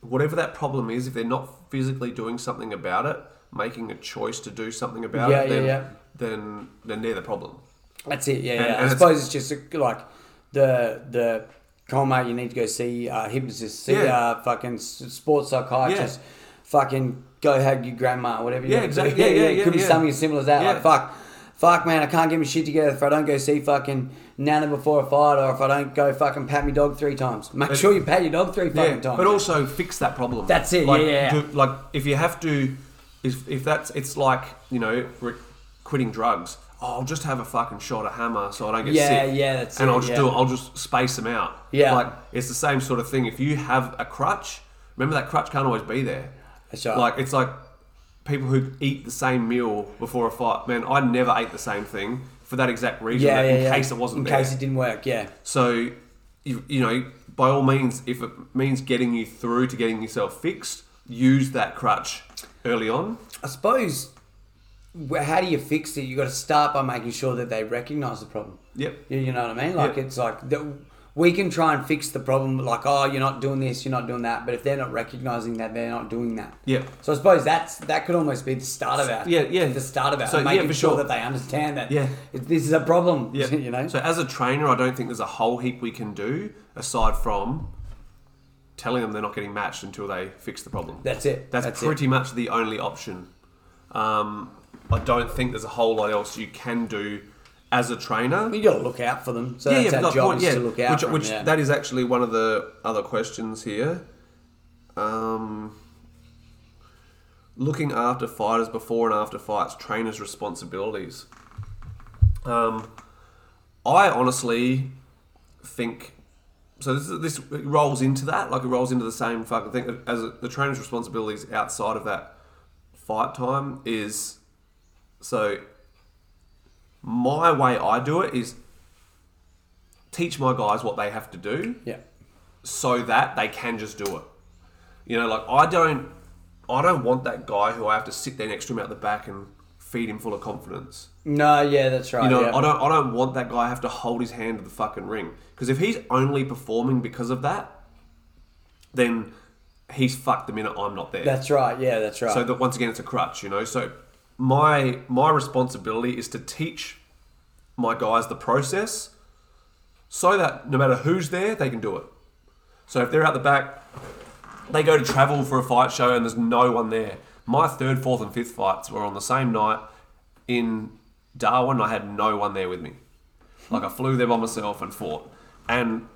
whatever that problem is, if they're not physically doing something about it, making a choice to do something about Yeah, it, yeah, then, yeah. then then they're the problem. That's it. Yeah, And- yeah. and I it's- suppose it's just like the the coma. You need to go see uh, hypnotist, see Yeah. uh, fucking s- sports psychiatrist, fucking go hug your grandma, whatever. You Yeah, need to do. exactly. Yeah, yeah, It could be yeah, yeah. something as simple as that. Like Yeah. fuck, fuck, man, I can't get my shit together if I don't go see fucking Nana before a fight, or if I don't go fucking pat my dog three times. Make sure you pat your dog three fucking times. But also fix that problem. That's it, Like, yeah, yeah, yeah. do- like if you have to, if, if that's it's like you know re- quitting drugs. Oh, I'll just have a fucking shot of hammer so I don't get Yeah, sick. yeah, that's And it, I'll just yeah. do it. I'll just space them out. Yeah. like it's the same sort of thing. If you have a crutch, remember that crutch can't always be there. That's right. Like it's like people who eat the same meal before a fight. Man, I never ate the same thing for that exact reason. yeah, that yeah, in yeah. case it wasn't in there. case it didn't work. Yeah, So, you, you know, by all means, if it means getting you through to getting yourself fixed, use that crutch early on. I suppose. wh- How do you fix it? You got to start by making sure that they recognize the problem. Yep. You, you know what I mean? Like Yeah. it's like the, we can try and fix the problem. Like oh, you're not doing this, you're not doing that. But if they're not recognizing that, they're not doing that. Yeah. So I suppose that's that could almost be the start of it. Yeah, yeah. The start of it. So, yeah, making for sure sure. that they understand that. Yeah. it- This is a problem. Yeah. you know. So, as a trainer, I don't think there's a whole heap we can do aside from telling them they're not getting matched until they fix the problem. that's it. That's, it. pretty much the only option. Um, I don't think there's a whole lot else you can do as a trainer. You got to look out for them. So that's but our like, job what- is to look out which, for them, which yeah. that is actually one of the other questions here. Um, looking after fighters before and after fights, trainers' responsibilities. Um, I honestly think so. This is- this rolls into that, like it rolls into the same fucking thing as the trainer's responsibilities outside of that fight time is. So my way I do it is teach my guys what they have to do yeah. so that they can just do it. You know, like I don't I don't want that guy who I have to sit there next to him out the back and feed him full of confidence. No, yeah, that's right. You know, Oh, yeah. I don't I don't want that guy to have to hold his hand to the fucking ring because if he's only performing because of that, then he's fucked the minute I'm not there. That's right. Yeah, that's right. So that once again, it's a crutch, you know. So my my responsibility is to teach my guys the process, so that no matter who's there, they can do it. So if they're out the back, they go to travel for a fight show and there's no one there. My third, fourth, and fifth fights were on the same night in Darwin. I had no one there with me. Like I flew there by myself and fought, and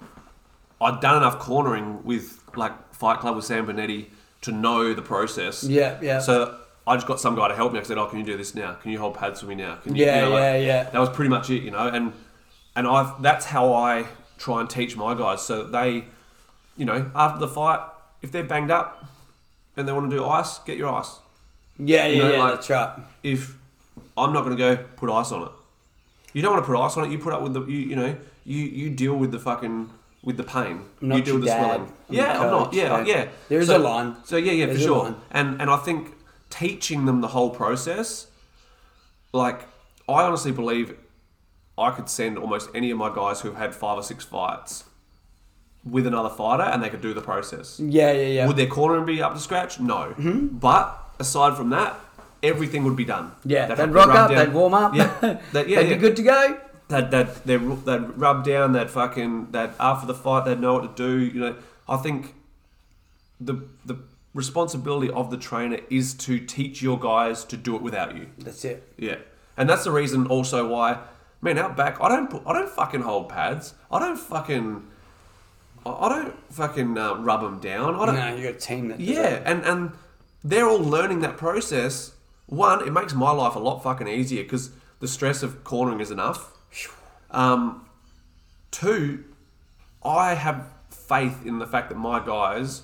I'd done enough cornering with like Fight Club with Sam Benetti to know the process. Yeah, yeah. So I just got some guy to help me. I said, "Oh, can you do this now? Can you hold pads for me now? Can you, Yeah, you know, like, yeah, yeah. That was pretty much it, you know. And and I that's how I try and teach my guys so that they, you know, after the fight, if they're banged up and they want to do ice, get your ice. Yeah, yeah, know, yeah. like- that's right. If I'm not going to go put ice on it, you don't want to put ice on it. You put up with the you, you know you you deal with the fucking with the pain. I'm not you deal your with dad. the swelling. I'm yeah, your I'm not. coach, Yeah, yeah. yeah. There is So- a line. So yeah, yeah, There for is a sure. line. And and I think teaching them the whole process, like I honestly believe I could send almost any of my guys who've had five or six fights with another fighter and they could do the process. Yeah, yeah, yeah. Mm-hmm. Would their corner be up to scratch? No. But aside from that, everything would be done. yeah, they'd, have to rock rub up, down- they'd warm up, Yeah, that, yeah, they'd yeah. be good to go. That that they that rub down that fucking that after the fight they know what to do. You know, I think the the responsibility of the trainer is to teach your guys to do it without you. That's it. Yeah, and that's the reason also why, man, out back I don't put, I don't fucking hold pads. I don't fucking I- I don't fucking uh, rub them down. I don't. No, you got a team that. does it. Yeah, and and they're all learning that process. One, it makes my life a lot fucking easier because the stress of cornering is enough. Um, two, I have faith in the fact that my guys,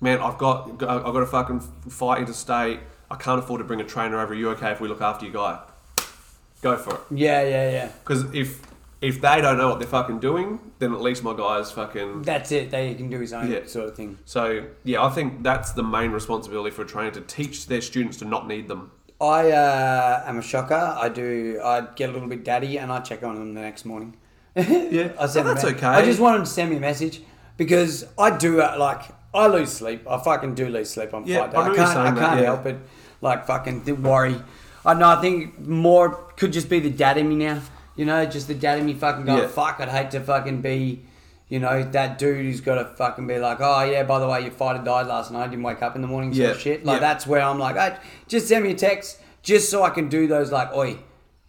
man, I've got I've got a fucking fight interstate. I can't afford to bring a trainer over. Are you okay if we look after your guy? Go for it. yeah, yeah, yeah. Because if if they don't know what they're fucking doing, then at least my guys fucking That's it. They can do his own Yeah. sort of thing. so yeah, I think that's the main responsibility for a trainer to teach their students to not need them. I uh, am a shocker. I do. I get a little bit daddy, and I check on them the next morning. yeah, I send No, them that's a- okay. I just want them to send me a message because I do uh, like I lose sleep. I fucking do lose sleep on Yeah, fight day. I I, know you're can't. I can't saying that, yeah. help it. Like fucking the worry. I know. I think more could just be the dad in me now. You know, just the dad in me fucking going. Yeah. Fuck, I'd hate to fucking be. You know that dude who's got to fucking be like, oh yeah, by the way, your fighter died last night. I didn't wake up in the morning. sort of Yeah, shit. Like yeah. that's where I'm like, hey, just send me a text, just so I can do those. Like, oi,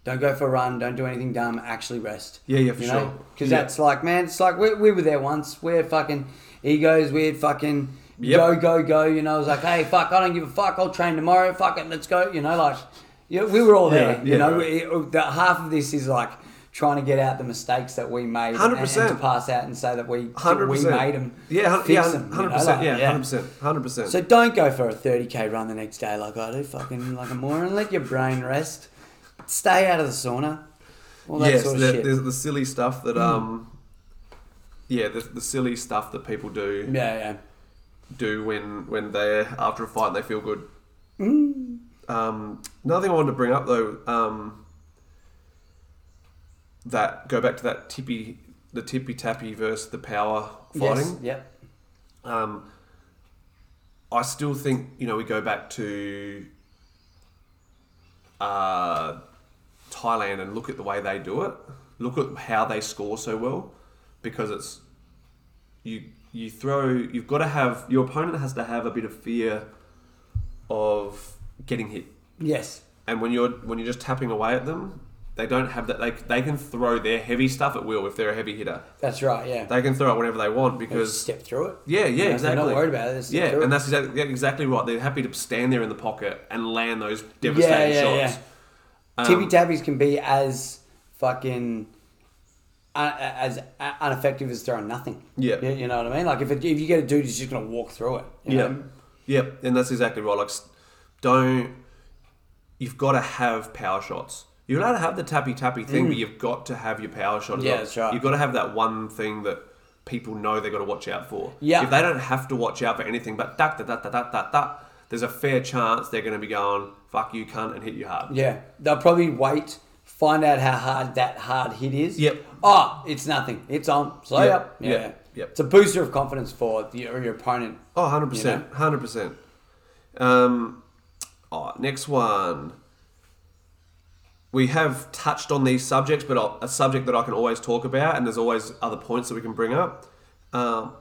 don't go for a run, don't do anything dumb. Actually rest. Yeah, yeah, for sure. Because Yeah. that's like, man, it's like we, we were there once. We're fucking egos. We're fucking Yep. go go go. You know, I was like, hey, fuck, I don't give a fuck. I'll train tomorrow. Fuck it, let's go. You know, like, yeah, we were all there. Yeah, you yeah, know, right. we, the, half of this is like trying to get out the mistakes that we made, and- and, to 100%. pass out and say that we Hundred we percent. made them. Yeah, hun- yeah, fix 'em, you know, hundred percent. like, Yeah, hundred percent. Hundred percent. so don't go for a 30k run the next day like I do, fucking like a moron. Let your brain rest. Stay out of the sauna. All that yes, sort of the, shit. Mm. there's the silly stuff that um, yeah, the, the silly stuff that people do Yeah, do when when they after a fight they feel good. Mm. Um, another thing I wanted to bring up though, um, that go back to that tippy, the tippy tappy versus the power yeah. fighting. Yes, yep. um, I still think you know we go back to uh, Thailand and look at the way they do it. Look at how they score so well because it's you you throw you've got to have your opponent has to have a bit of fear of getting hit Yes. and when you're when you're just tapping away at them they don't have that they, they can throw their heavy stuff at will if they're a heavy hitter That's right, yeah. they can throw it whenever they want because Just step through it. yeah, yeah, You know, if they're exactly. not worried about it, they just Yeah, do it. and that's exactly, yeah, exactly right. They're happy to stand there in the pocket and land those devastating Yeah, yeah, shots. Tippy um, tappies can be as fucking uh, as uh, ineffective as throwing nothing. Yeah. You, you know what I mean? Like if, it, if you get a dude who's just gonna walk through it. you Yeah, know? yeah, and that's exactly right. Like, s- don't you've got to have power shots. You're allowed to have the tappy tappy thing, but you've got to have your power shot. as Mm. Yeah, well. that's right. You've got to have that one thing that people know they've got to watch out for. Yeah. if they don't have to watch out for anything, but da da da da da da da, there's a fair chance they're going to be going fuck you cunt and hit you hard. Yeah, they'll probably wait, find out how hard that hard hit is. Yep. Oh, it's nothing. It's on. Slow Yep, up. Yeah. yep, yep. It's a booster of confidence for the, your your opponent. Oh, 100%. 100%. Um, oh, next one. We have touched on these subjects, but a- a subject that I can always talk about, and there's always other points that we can bring up. Um,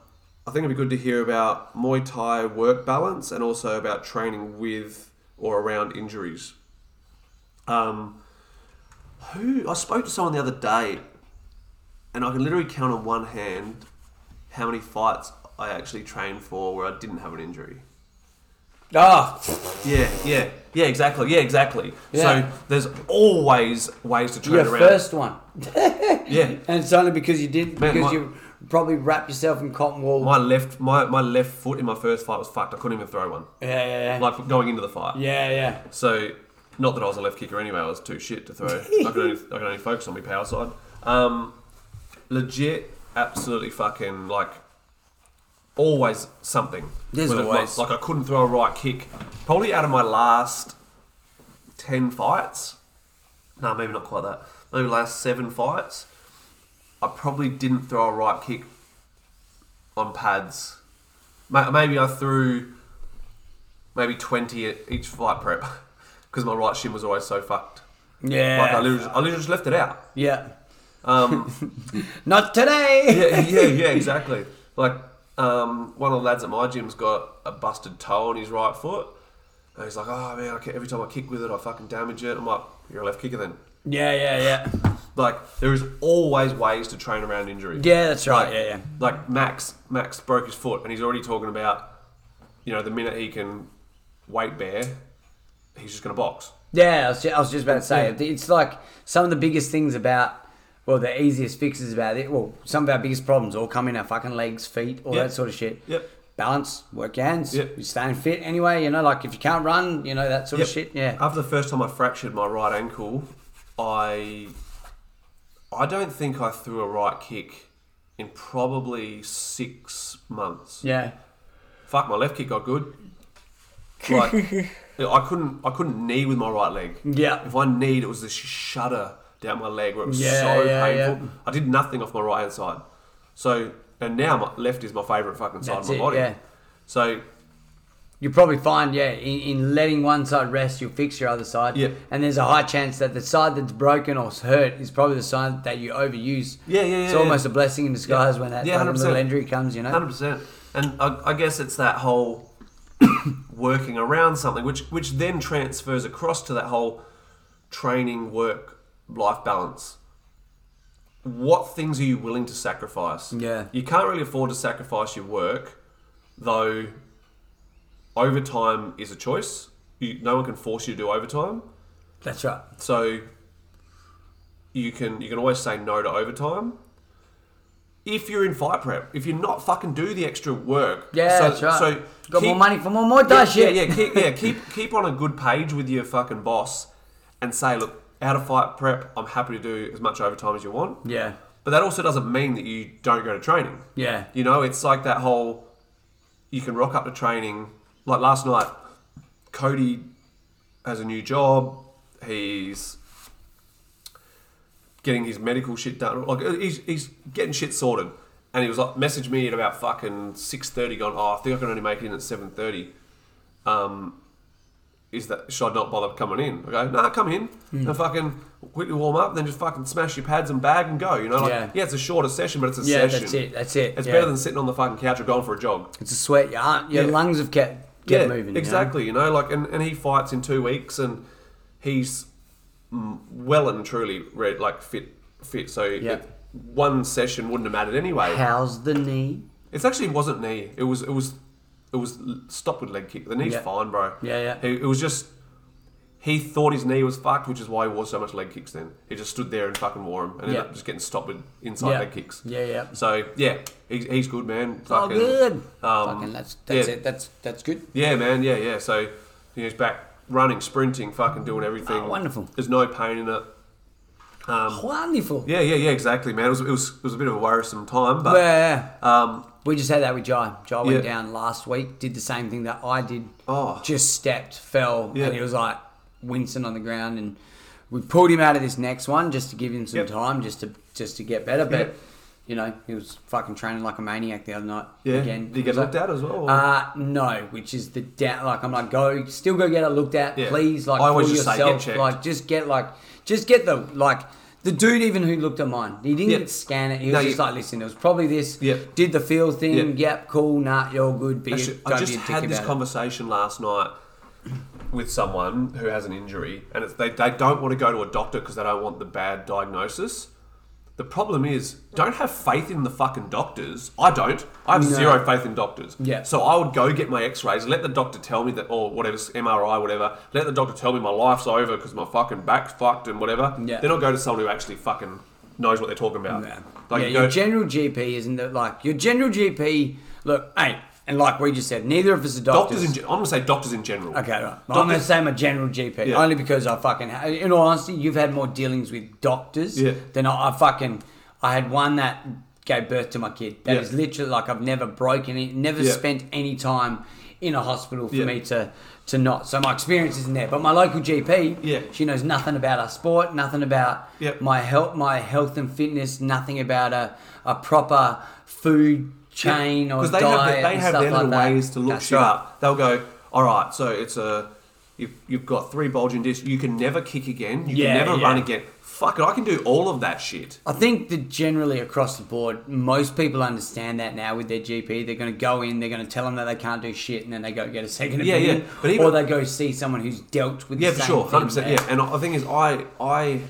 I think it'd be good to hear about Muay Thai work balance and also about training with or around injuries. Um, who I spoke to someone the other day, and I can literally count on one hand how many fights I actually trained for where I didn't have an injury. Ah, Yeah, yeah, yeah, exactly. Yeah, exactly. Yeah. So there's always ways to turn your around. first one, yeah, and it's only because you did Man, because my- you probably wrapped yourself in cotton wool. my left, my, my left foot in my first fight was fucked. I couldn't even throw one. yeah, yeah, yeah. Like going into the fight. yeah, yeah. So, not that I was a left kicker anyway. I was too shit to throw. I could only, I could only focus on my power side. Um, legit, absolutely fucking like always something. There's Whether it was- always. like I couldn't throw a right kick. Probably out of my last ten fights. No, maybe not quite that. Maybe last seven fights. I probably didn't throw a right kick on pads. Ma- Maybe I threw maybe 20 at each fight prep because my right shin was always so fucked. Yeah. Like, I literally, I literally just left it out. yeah. Um, Not today. yeah, yeah, yeah, exactly. Like, um, one of the lads at my gym's got a busted toe on his right foot. And he's like, oh, man, I ca- every time I kick with it, I fucking damage it. I'm like, you're a left kicker then. Yeah, yeah, yeah. Like, there is always ways to train around injury. Yeah, that's right. Like- Yeah, yeah. Like Max, Max broke his foot, and he's already talking about, you know, the minute he can weight bear, he's just going to box. Yeah, I was just, I was just about to say it's like some of the biggest things about well, the easiest fixes about it. Well, some of our biggest problems all come in our fucking legs, feet, all Yep. that sort of shit. Yep. Balance, work your hands. Yep. You're staying fit anyway. You know, like if you can't run, you know that sort of Yep. Uh, shit. Yeah. After the first time I fractured my right ankle, I, I don't think I threw a right kick in probably six months. yeah. Fuck, my left kick got good. Like, I couldn't, I couldn't knee with my right leg. Yeah. If I kneed, it was this shudder down my leg where it was Yeah, so yeah, painful. yeah. I did nothing off my right hand side. So, and now my left is my favorite fucking side That's of my it, body. yeah. So, You probably find, yeah, in, in letting one side rest, you'll fix your other side. Yep. And there's a high chance that the side that's broken or hurt is probably the side that you overuse. Yeah, yeah, yeah, It's yeah. almost a blessing in disguise when that Yeah, fucking 100%. little injury comes, you know? hundred percent. And I, I guess it's that whole working around something, which which then transfers across to that whole training, work, life balance. What things are you willing to sacrifice? Yeah. you can't really afford to sacrifice your work, though. Overtime is a choice. You, no one can force you to do overtime, That's right. so you can you can always say no to overtime if you're in fight prep, if you're not fucking do the extra work. Yeah, so, that's right. So got keep- more money for more more Yeah, Thai shit. Yeah, yeah, keep, yeah, keep keep on a good page with your fucking boss, and say, look, out of fight prep, I'm happy to do as much overtime as you want. Yeah. But that also doesn't mean that you don't go to training. Yeah. You know, it's like that whole you can rock up to training. Like last night, Cody has a new job. He's getting his medical shit done. Like uh, he's, he's getting shit sorted. And he was like, message me at about fucking six thirty, going, oh, I think I can only make it in at seven thirty. Um, is that should I not bother coming in? I go, nah, come in Hmm. and fucking quickly warm up, then just fucking smash your pads and bag and go. You know, like, Yeah. yeah, it's a shorter session, but it's a Yeah, session. that's it. That's it. It's yeah. better than sitting on the fucking couch or going for a jog. it's a sweat. Your, heart, your Yeah. lungs have kept kept yeah, moving. you know? exactly. You know, like, and, and he fights in two weeks, and he's mm, well and truly re like fit, fit. So Yeah. it- one session wouldn't have mattered anyway. How's the knee? It's actually wasn't knee. It was it was it was l- stop with leg kick. The knee's Yeah. fine, bro. Yeah, yeah. He, it was just he thought his knee was fucked, which is why he wore so much leg kicks. Then he just stood there and fucking wore them, and Yeah. ended up just getting stopped with inside Yeah. leg kicks. Yeah, yeah. So yeah, he's, he's good, man. Oh, Fucking- good. um, Fucking that's that's yeah. it. That's that's good. Yeah, man. Yeah, yeah. So you know, he's back running, sprinting, fucking doing everything. Oh, wonderful. There's no pain in it. Um, Wonderful. Yeah, yeah, yeah. Exactly, man. It was it was, it was a bit of a worrisome time, but Yeah. um, We just had that with Jai. Jai went Yeah. down last week, did the same thing that I did. Oh. Just stepped, fell, Yeah. and he was like wincing on the ground. And we pulled him out of this next one just to give him some Yep. time, just to just to get better. But Yep. you know, he was fucking training like a maniac the other night. yeah. again, Did you get It was looked like- at as well? or- Uh no, which is the da- like I'm like go still go get it looked at, Yeah. please. Like I always for just say, get yourself, checked. like just get like just get the like the dude even who looked at mine, he didn't Yeah. scan it. He was No, just you- like, listen, it was probably this. Yeah. Did the feel thing? Yep, Yeah. cool. Nah, you're good. But you Actually, don't I just be a dick had this about it. conversation last night with someone who has an injury, and it's, they, they don't want to go to a doctor because they don't want the bad diagnosis. The problem is, don't have faith in the fucking doctors. I don't. I have zero faith in doctors. Yeah. So I would go get my X-rays, let the doctor tell me that, or whatever, MRI, whatever. Let the doctor tell me my life's over because my fucking back's fucked and whatever. Yeah. Then I'll go to someone who actually fucking knows what they're talking about. Yeah. Like yeah, you your go, general GP isn't that like your general GP. Look, hey, and like we just said, neither of us are doctors. doctors in. gen- I'm gonna say doctors in general. okay, right. I'm going to Doctors- say my general GP Yeah. only because I fucking. ha- In all honesty, you've had more dealings with doctors Yeah. than I, I fucking. I had one that gave birth to my kid. That Yeah. is literally like I've never broken it, never Yeah. spent any time in a hospital for Yeah. me to to not. So my experience isn't there. But my local GP, Yeah. she knows nothing about our sport, nothing about Yep. my health, my health and fitness, nothing about a, a proper food chain or because they diet have their, they and have stuff their little like that. ways to look That's shit right. up. They'll go, all right, so it's a you've, you've got three bulging discs. You can never kick again. You Yeah, can never yeah. run again. Fuck it, I can do all of that shit. I think that generally across the board, most people understand that now with their GP. They're going to go in, they're going to tell them that they can't do shit, and then they go get a second Yeah, opinion, yeah. But even- or they go see someone who's dealt with Yeah, the for same sure, thing hundred percent. there. Yeah, and the thing is, I I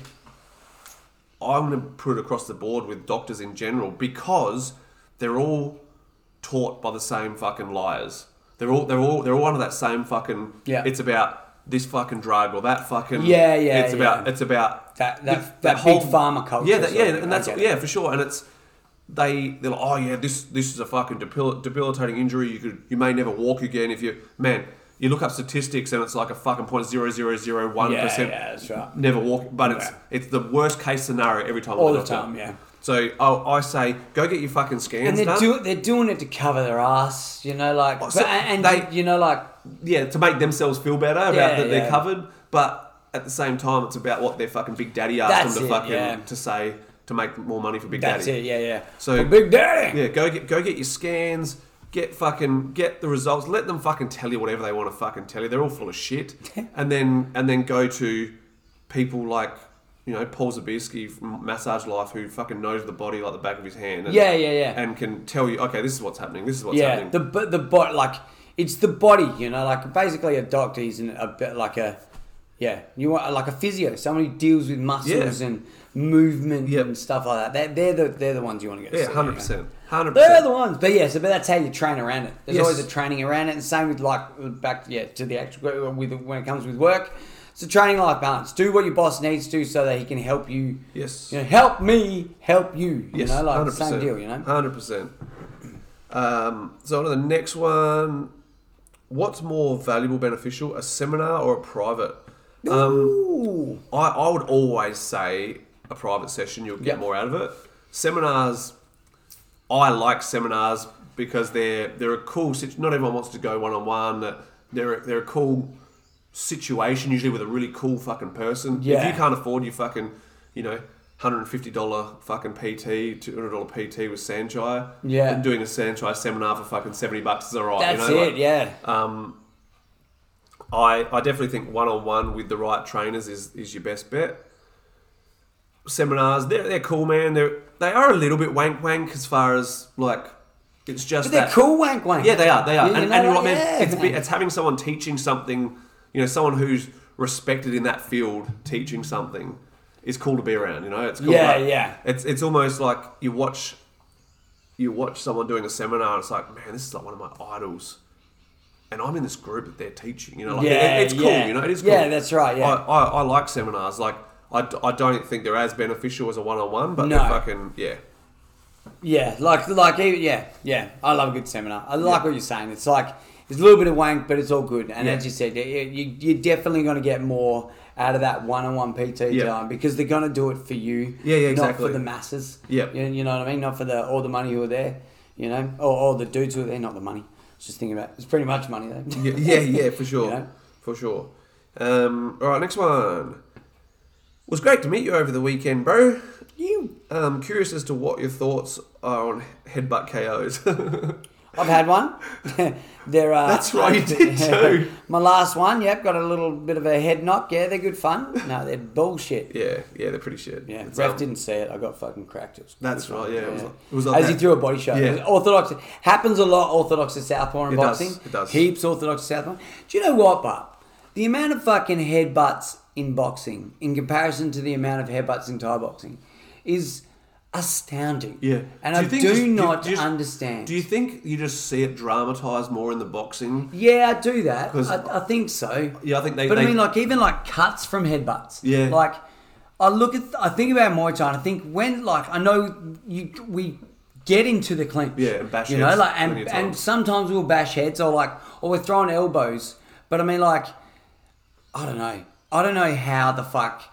I'm going to put it across the board with doctors in general because they're all taught by the same fucking liars. They're all they're all they're all under that same fucking. Yeah. It's about this fucking drug or that fucking. Yeah, yeah, It's about yeah. it's about That- that- that big pharma culture Yeah, that, yeah, sort of- and I that's get it. yeah for sure, and it's. They they're like, oh yeah, this this is a fucking debil- debilitating injury. You could you may never walk again if you man. You look up statistics and it's like a fucking point zero zero zero one Yeah, percent yeah, that's right. never walk, but it's Yeah. it's the worst case scenario every time. All I the look up. time, yeah. So I, I say, go get your fucking scans And they're, done. do, they're doing it to cover their ass, you know, like, Oh, so but, and they- you know, like, yeah, to make themselves feel better about Yeah, that they're yeah. covered, but at the same time, it's about what their fucking big daddy asked That's them to it, fucking yeah. to say to make more money for big that's daddy. it, yeah, yeah. So- So big daddy. Yeah, go get go get your scans. Get fucking get the results. Let them fucking tell you whatever they want to fucking tell you. They're all full of shit. and then and then go to people like you know Paul Zabisky from Massage Life who fucking knows the body like the back of his hand. And, Yeah, yeah, yeah. And can tell you, okay, this is what's happening. This is what's yeah, happening. the but the body like it's the body, you know, like basically a doctor is an- a bit like a yeah, you want like a physio, someone who deals with muscles Yeah. and movement Yep. and stuff like that. They're, they're the they're the ones you want to go. to yeah, see, hundred you know? percent, hundred They're the percent. ones, but yeah, so but that's how you train around it. There's Yes. always a training around it, and same with like back yeah to the actual with when it comes with work. It's a training life balance. Do what your boss needs to so that he can help you. Yes. You know, help me help you. You Yes, know, like 100%, same deal. You know. hundred percent. Um, so on to the next one. What's more valuable, beneficial, a seminar or a private? Um, Ooh. I, I would always say a private session, you'll get Yeah. more out of it. Seminars, I like seminars because they're they're a cool. sit- Not everyone wants to go one on one. They're they're a cool situation usually with a really cool fucking person. If Yeah. you can't afford your fucking, you know. Hundred and fifty dollar fucking PT, two hundred dollar PT with Sanchai. Yeah. and doing a Sanchai seminar for fucking seventy bucks is alright. That's you know? it. like- yeah. I, I definitely think one on one with the right trainers is, is your best bet. Seminars, they're, they're cool, man. They're they are a little bit wank wank as far as like it's just But they're that- cool wank wank. Yeah, they are. They are. You and know and you're what? right, man, Yeah, it's, be- man. it's having someone teaching something. You know, someone who's respected in that field teaching something is cool to be around. You know, it's cool. Yeah, like, yeah. It's it's almost like you watch you watch someone doing a seminar. and It's like, man, this is like one of my idols and I'm in this group that they're teaching. You know, like, it- Yeah, it's cool. yeah. You know, it is cool. Yeah, that's right, yeah. I, I, I like seminars. Like, I, d- I don't think they're as beneficial as a one on one, but No. they're fucking yeah. Yeah, like like even- yeah, yeah. I love a good seminar. I like what you're saying. It's like it's a little bit of wank, but it's all good. And Yeah. as you said, you, you- you're definitely going to get more out of that one-on-one PT Yeah. time because they're going to do it for you. Yeah, yeah, Not exactly. for the masses. Yep. You, you know what I mean? Not for the all the money who are there. You know, or all the dudes who are there. Not the money. I was just thinking about it's pretty much money though. yeah, yeah, yeah, for sure, You know? for sure. Um, all right, next one. Was great to meet you over the weekend, bro. You. Um, curious as to what your thoughts are on headbutt KOs. I've had one. there are. That's right, you did too. My last one, yep, got a little bit of a head knock. Yeah, they're good fun. No, they're bullshit. Yeah, yeah, yeah, they're pretty shit. It's, ref um, didn't see it. I got fucking cracked. It was That's it was right, fun. yeah, it was like- it was like as that. he threw a body shot. Yeah. It was orthodox happens a lot. Orthodox to southpaw in It does, boxing. it does. Heaps orthodox to southpaw. Do you know what, but the amount of fucking headbutts in boxing in comparison to the amount of headbutts in Thai boxing is astounding. Yeah. And Do I you think do just- do you- not do you just- understand. Do you think you just see it dramatized more in the boxing? yeah, I do that. 'Cause- I, I think so. Yeah, I think they. But they, I mean, like even like cuts from headbutts. Yeah. Like I look at, I think about Muay Thai. And I think when like I know you, we get into the clinch. Yeah, and bash You know, heads like and plenty of and times. sometimes we'll bash heads or like or we're throwing elbows. But I mean, like I don't know. I don't know how the fuck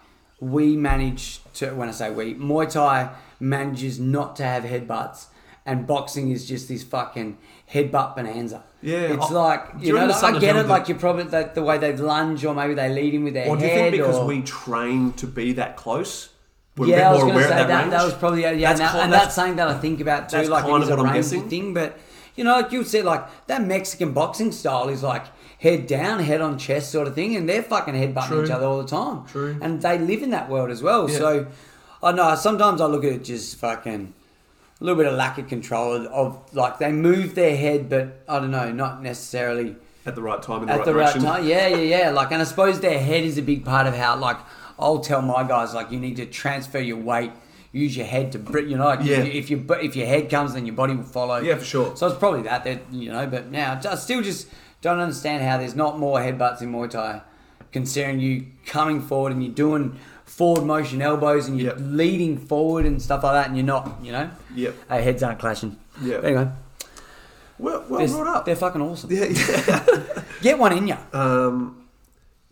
we manage to. When I say we, Muay Thai manages not to have headbutts. And boxing is just this fucking headbutt bonanza. Yeah, it's I- like do you you know, remember like, I get Sundar it. Hill Like did- you probably like the way they lunge, or maybe they lead him with their or do you head. think because or- we train to be that close, we're yeah, I a was bit going to more aware say of that, that. That, range? was probably yeah, That's and, that, kind- and that's- that's something that I think about too. that's like kind it is of a what I'm rangy guessing. thing, but you know, like you said, like that Mexican boxing style is like head down, head on chest sort of thing, and they're fucking headbutting True. each other all the time. True. and they live in that world as well. Yeah. So I know sometimes I look at it just fucking. A little bit of lack of control of, of like they move their head, but I don't know, not necessarily at the right time in the at right the direction. right time. Yeah, yeah, yeah. Like, and I suppose their head is a big part of how. Like, I'll tell my guys like you need to transfer your weight, use your head to br- you know. Like, Yeah. If, you, if your bu- if your head comes, then your body will follow. Yeah, for sure. So it's probably that that you know. But now I still just don't understand how there's not more headbutts in Muay Thai, considering you coming forward and you're doing forward motion elbows and you're Yep. leading forward and stuff like that, and you're not, you know. Yep. Our heads aren't clashing. Yep. But Anyway, Well, well they're, brought up. they're fucking awesome. Yeah, yeah. Get one in ya. Um,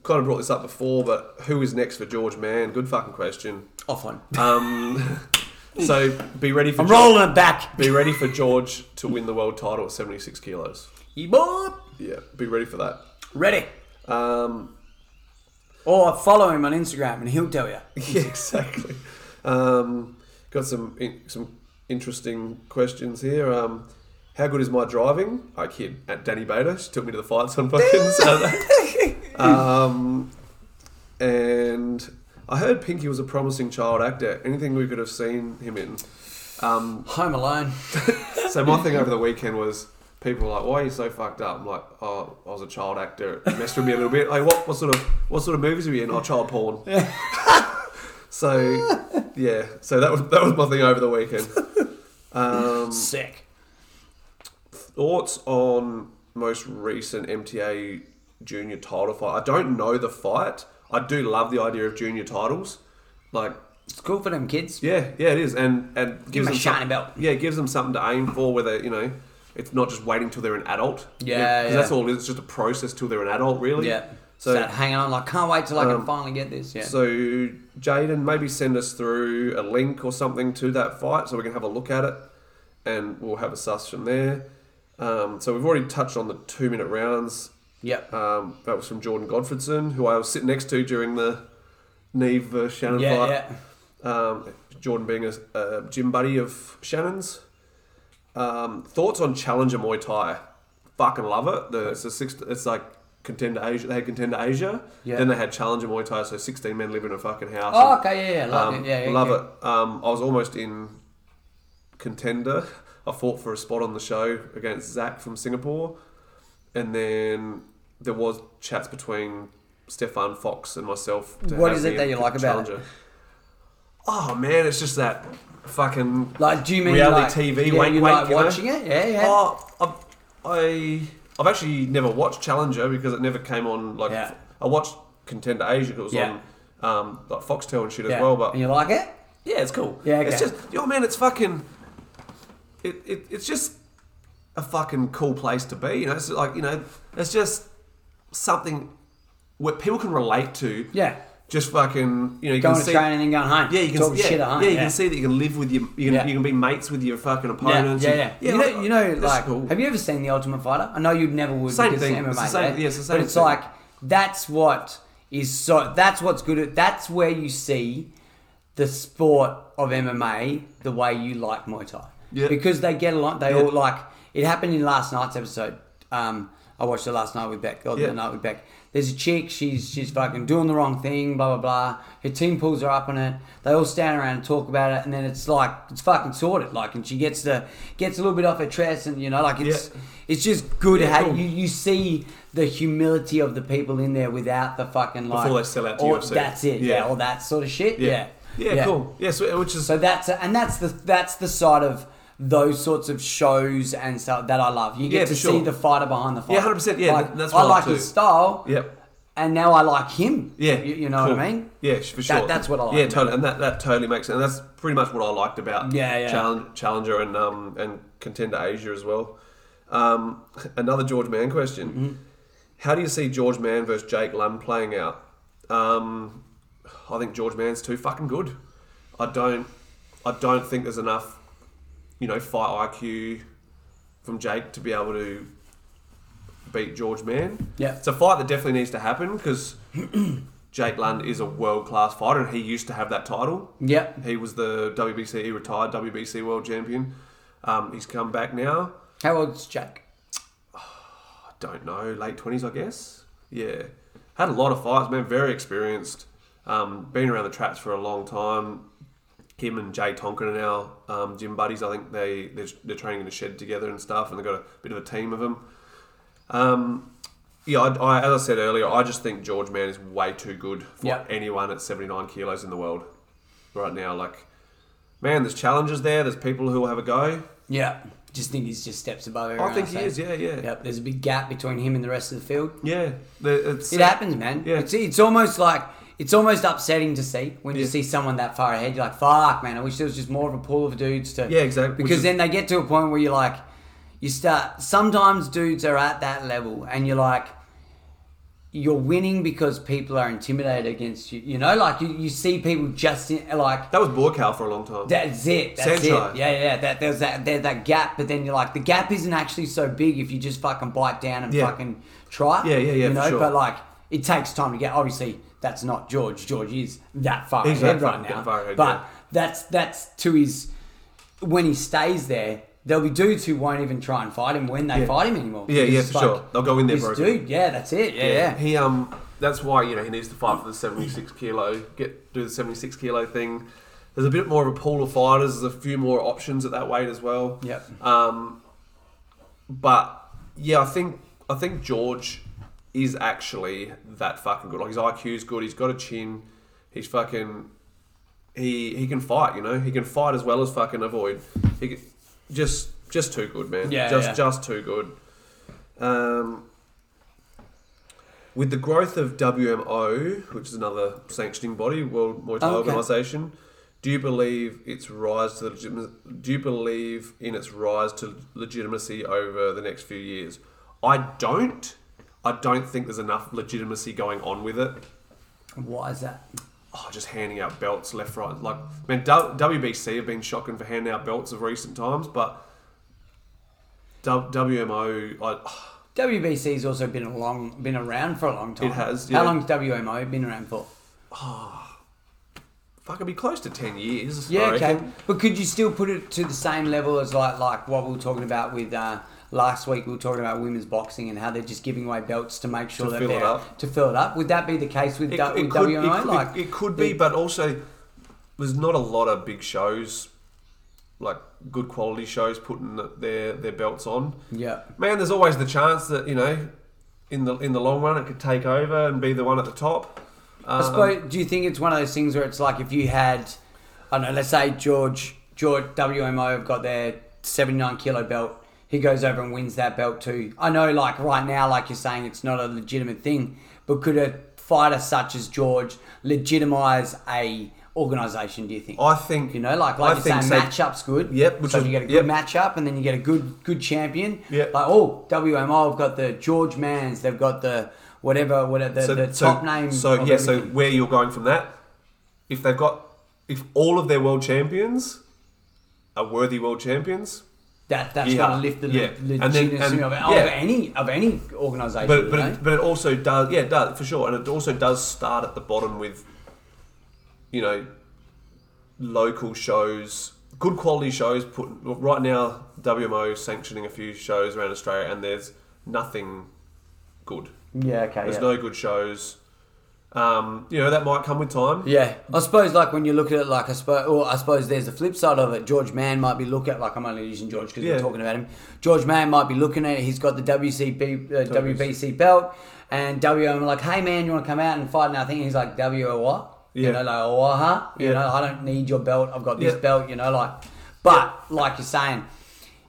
kind of brought this up before, but who is next for George Mann? Good fucking question. Off one. Um, so be ready for I'm George- rolling it back. Be ready for George to win the world title at 76 kilos. You boop. Yeah, be ready for that. Ready. Um, Or follow him on Instagram and he'll tell you. yeah, exactly. Um, got some in, some interesting questions here. Um, how good is my driving? I kid at Danny Bader. She took me to the fights on fucking Saturday. um, and I heard Pinky was a promising child actor. Anything we could have seen him in? Um, Home Alone. So my thing over the weekend was people were like, "Why are you so fucked up?" I'm like, "Oh, I was a child actor. It messed with me a little bit. Like, what, what sort of what sort of movies are you in? Oh, child porn." so yeah, so that was that was my thing over the weekend. Um, Sick. thoughts on most recent MTA junior title fight? I don't know the fight. I do love the idea of junior titles. Like It's cool for them kids. yeah, yeah, it is, and and gives him a them shiny some- belt. Yeah, it gives them something to aim for. Whether you know, it's not just waiting till they're an adult. Yeah, 'cause yeah. that's all. It is. It's just a process till they're an adult, really. Yeah. So, So, hanging on, like, can't wait till I can Um, finally get this. Yeah. so Jaden, maybe send us through a link or something to that fight so we can have a look at it, and we'll have a suss from there. Um, so we've already touched on the two minute rounds. yep. Um, that was from Jordan Godfredson, who I was sitting next to during the Neve versus Shannon yeah, fight yeah. um, Jordan being a, a gym buddy of Shannon's. Um, thoughts on Challenger Muay Thai? Fucking love it. The, it's a six. It's like Contender Asia. They had Contender Asia. Yeah. Then they had Challenger Muay Thai. So sixteen men live in a fucking house. Oh, And, okay, yeah, yeah. Love um, it. Yeah, yeah, love yeah. it. Um, I was almost in Contender. I fought for a spot on the show against Zach from Singapore, and then there was chats between Stefan Fox and myself. to What have is it me that in you like about it? Challenger. Oh man, it's just that fucking Like, do you mean reality like, TV? yeah, wake, you wake, like you know? watching it? Yeah, yeah. Oh, I've, I I've actually never watched Challenger because it never came on. Like Yeah. I watched Contender Asia. 'cause It was Yeah. on um, like Foxtel and shit yeah. as well. But and you like it? yeah, it's cool. Yeah, it's okay. just yo man, it's fucking. It, it it's just a fucking cool place to be. You know, it's like you know, it's just something where people can relate to. Yeah. Just fucking, you know, you Going can to see train and then going home. yeah, you can talk yeah, shit at home. Yeah, you can see that you can live with your you can, Yeah. you can be mates with your fucking Yeah, opponents. yeah, and- yeah. you know, like, you know, that's like, cool. have you ever seen The Ultimate Fighter? I know you never would Same because thing. it's It's MMA, the same- right? yeah, it's the same but it's thing. like that's what is so. That's what's good. At, that's where you see the sport of MMA the way you like Muay Thai. Yeah. Because they get along. They Yeah. all like. It happened in last night's episode. Um, I watched it last night with Beck. Or Yeah. the night with Beck. There's a chick. She's she's fucking doing the wrong thing. Blah blah blah. Her team pulls her up on it. They all stand around and talk about it. And then it's like it's fucking sorted. Like, and she gets the gets a little bit off her chest. And you know, like it's Yeah. it's just good Yeah, how cool. you, you see the humility of the people in there without the fucking like Before they sell out to or UFC. That's it. Yeah. Yeah. Or that sort of shit. Yeah. Yeah. Yeah, Yeah. cool. Yes, which is So that's and that's the that's the side of those sorts of shows and stuff that I love. You get Yeah, to for see sure. the fighter behind the fight. Yeah, 100%, yeah, Like, that's I what I like too. his style. Yep. And now I like him. Yeah, You, you know cool. what I mean? Yeah, sh- for sure. that's what I like Yeah, about totally, and that, that totally makes sense. And that's pretty much what I liked about Yeah, yeah. Challen- Challenger and um and Contender Asia as well. Um, another George Mann question: Mm-hmm. How do you see George Mann versus Jake Lund playing out? Um, I think George Mann's too fucking good. I don't, I don't think there's enough, you know, fight IQ from Jake to be able to beat George Mann. Yeah. It's a fight that definitely needs to happen because Jake Lund is a world class fighter and he used to have that title. Yep. He was the WBC, he retired WBC world champion. Um, he's come back now. How old's Jack? I don't know, late 20s, I guess. Yeah. Had a lot of fights, man. Very experienced. Um, been around the traps for a long time. Him and Jay Tonkin are now um, gym buddies. I think they, they're, they're training in a shed together and stuff, and they've got a bit of a team of them. Um, yeah, I, I, as I said earlier, I just think George Mann is way too good for Yeah. anyone at 79 kilos in the world right now. Like, man, there's challenges there. There's people who will have a go. Yeah. Just think he's just steps above everyone. I think else, he eh? is. Yeah, yeah. Yep. There's a big gap between him and the rest of the field. Yeah. there- It's, It happens, man. Yeah. It's, it's almost like it's almost upsetting to see when you see someone that far ahead. You're like, fuck, man. I wish there was just more of a pool of dudes to. Yeah, exactly. Which Because is- then they get to a point where you're like, you start. Sometimes dudes are at that level, and you're like, you're winning because people are intimidated against you. You know, like you, you see people just in, like That was Borkow for a long time. that's it. That's Sancho. it. Yeah, yeah. That there's that there's that gap, but then you're like, the gap isn't actually so big if you just fucking bite down and Yeah. fucking try. Yeah, yeah, yeah, You for know, sure. but like it takes time to get. Obviously, that's not George. George is that far He's ahead that right fucking now. far ahead, but yeah. that's that's to his when he stays there. There'll be dudes who won't even try and fight him when they Yeah. fight him anymore. Yeah, Because yeah, it's for sure. They'll go in there this broken. dude. Yeah, that's it. Yeah, yeah. He um that's why, you know, he needs to fight for the seventy six kilo, get do the seventy six kilo thing. There's a bit more of a pool of fighters, there's a few more options at that weight as well. Yep. Um but yeah, I think I think George is actually that fucking good. Like his IQ's good, he's got a chin, he's fucking he he can fight, you know. He can fight as well as fucking avoid. He can, just just too good, man. Yeah, just yeah. just too good. Um, with the growth of WMO, which is another sanctioning body, World Muay Thai Oh, Okay. Organization, do you believe its rise to legit- do you believe in its rise to legitimacy over the next few years? I don't. I don't think there's enough legitimacy going on with it Why is that? oh, just handing out belts left, right. Like, man, W- WBC have been shocking for handing out belts of recent times, but W- WMO, I, oh, WBC's also been a long, been around for a long time. It has, How yeah. long's WMO been around for? fuck, it'd be close to 10 years. I Yeah, okay. reckon. But could you still put it to the same level as like like what we were talking about with uh, last week? We were talking about women's boxing and how they're just giving away belts to make sure To that fill it they're up. to fill it up. Would that be the case with, It, du- it with could, it, WMO? could- like it could be, but also there's not a lot of big shows, like good quality shows, putting their, their belts on. yeah, Man, there's always the chance that, you know, in the, in the long run, it could take over and be the one at the top. Um, I suppose. Do you think it's one of those things where it's like if you had, I don't know, let's say George George WMO have got their seventy nine kilo belt. He goes over and wins that belt too. I know, like right now, like you're saying, it's not a legitimate thing, but could a fighter such as George legitimize a organization? Do you think? I think You know, like like I you're think saying, so. matchup's good. Yep, which so is- if you get a yep. good matchup, and then you get a good good champion. Yep. Like oh, WMO have got the George Mans, they've got the whatever, whatever the, the top name. So of yeah, so everything. where you're going from that? If they've got, if all of their world champions are worthy world champions, that that's Yeah. going to lift the Yeah. yeah. And then- legitimacy and- of, yeah. of any of any organisation. but you but know? it, but it also does yeah it does for sure, and it also does start at the bottom with, you know, local shows, good quality shows. Put right now, WMO sanctioning a few shows around Australia, and there's nothing good. yeah, okay, There's yeah. no good shows. Um, you know that might come with time. Yeah, I suppose like when you look at it, like I suppose, or I suppose there's the flip side of it. George Mann might be looking at like I'm only using George because Yeah. we're talking about him. George Mann might be looking at it. He's got the WCB, uh, WBC belt, and WM like, hey man, you want to come out and fight? And I think he's like, WO what? You Yeah. know, like, oh, uh-huh, you Yeah. know, I don't need your belt. I've got this Yeah. belt, you know, like. But, like you're saying,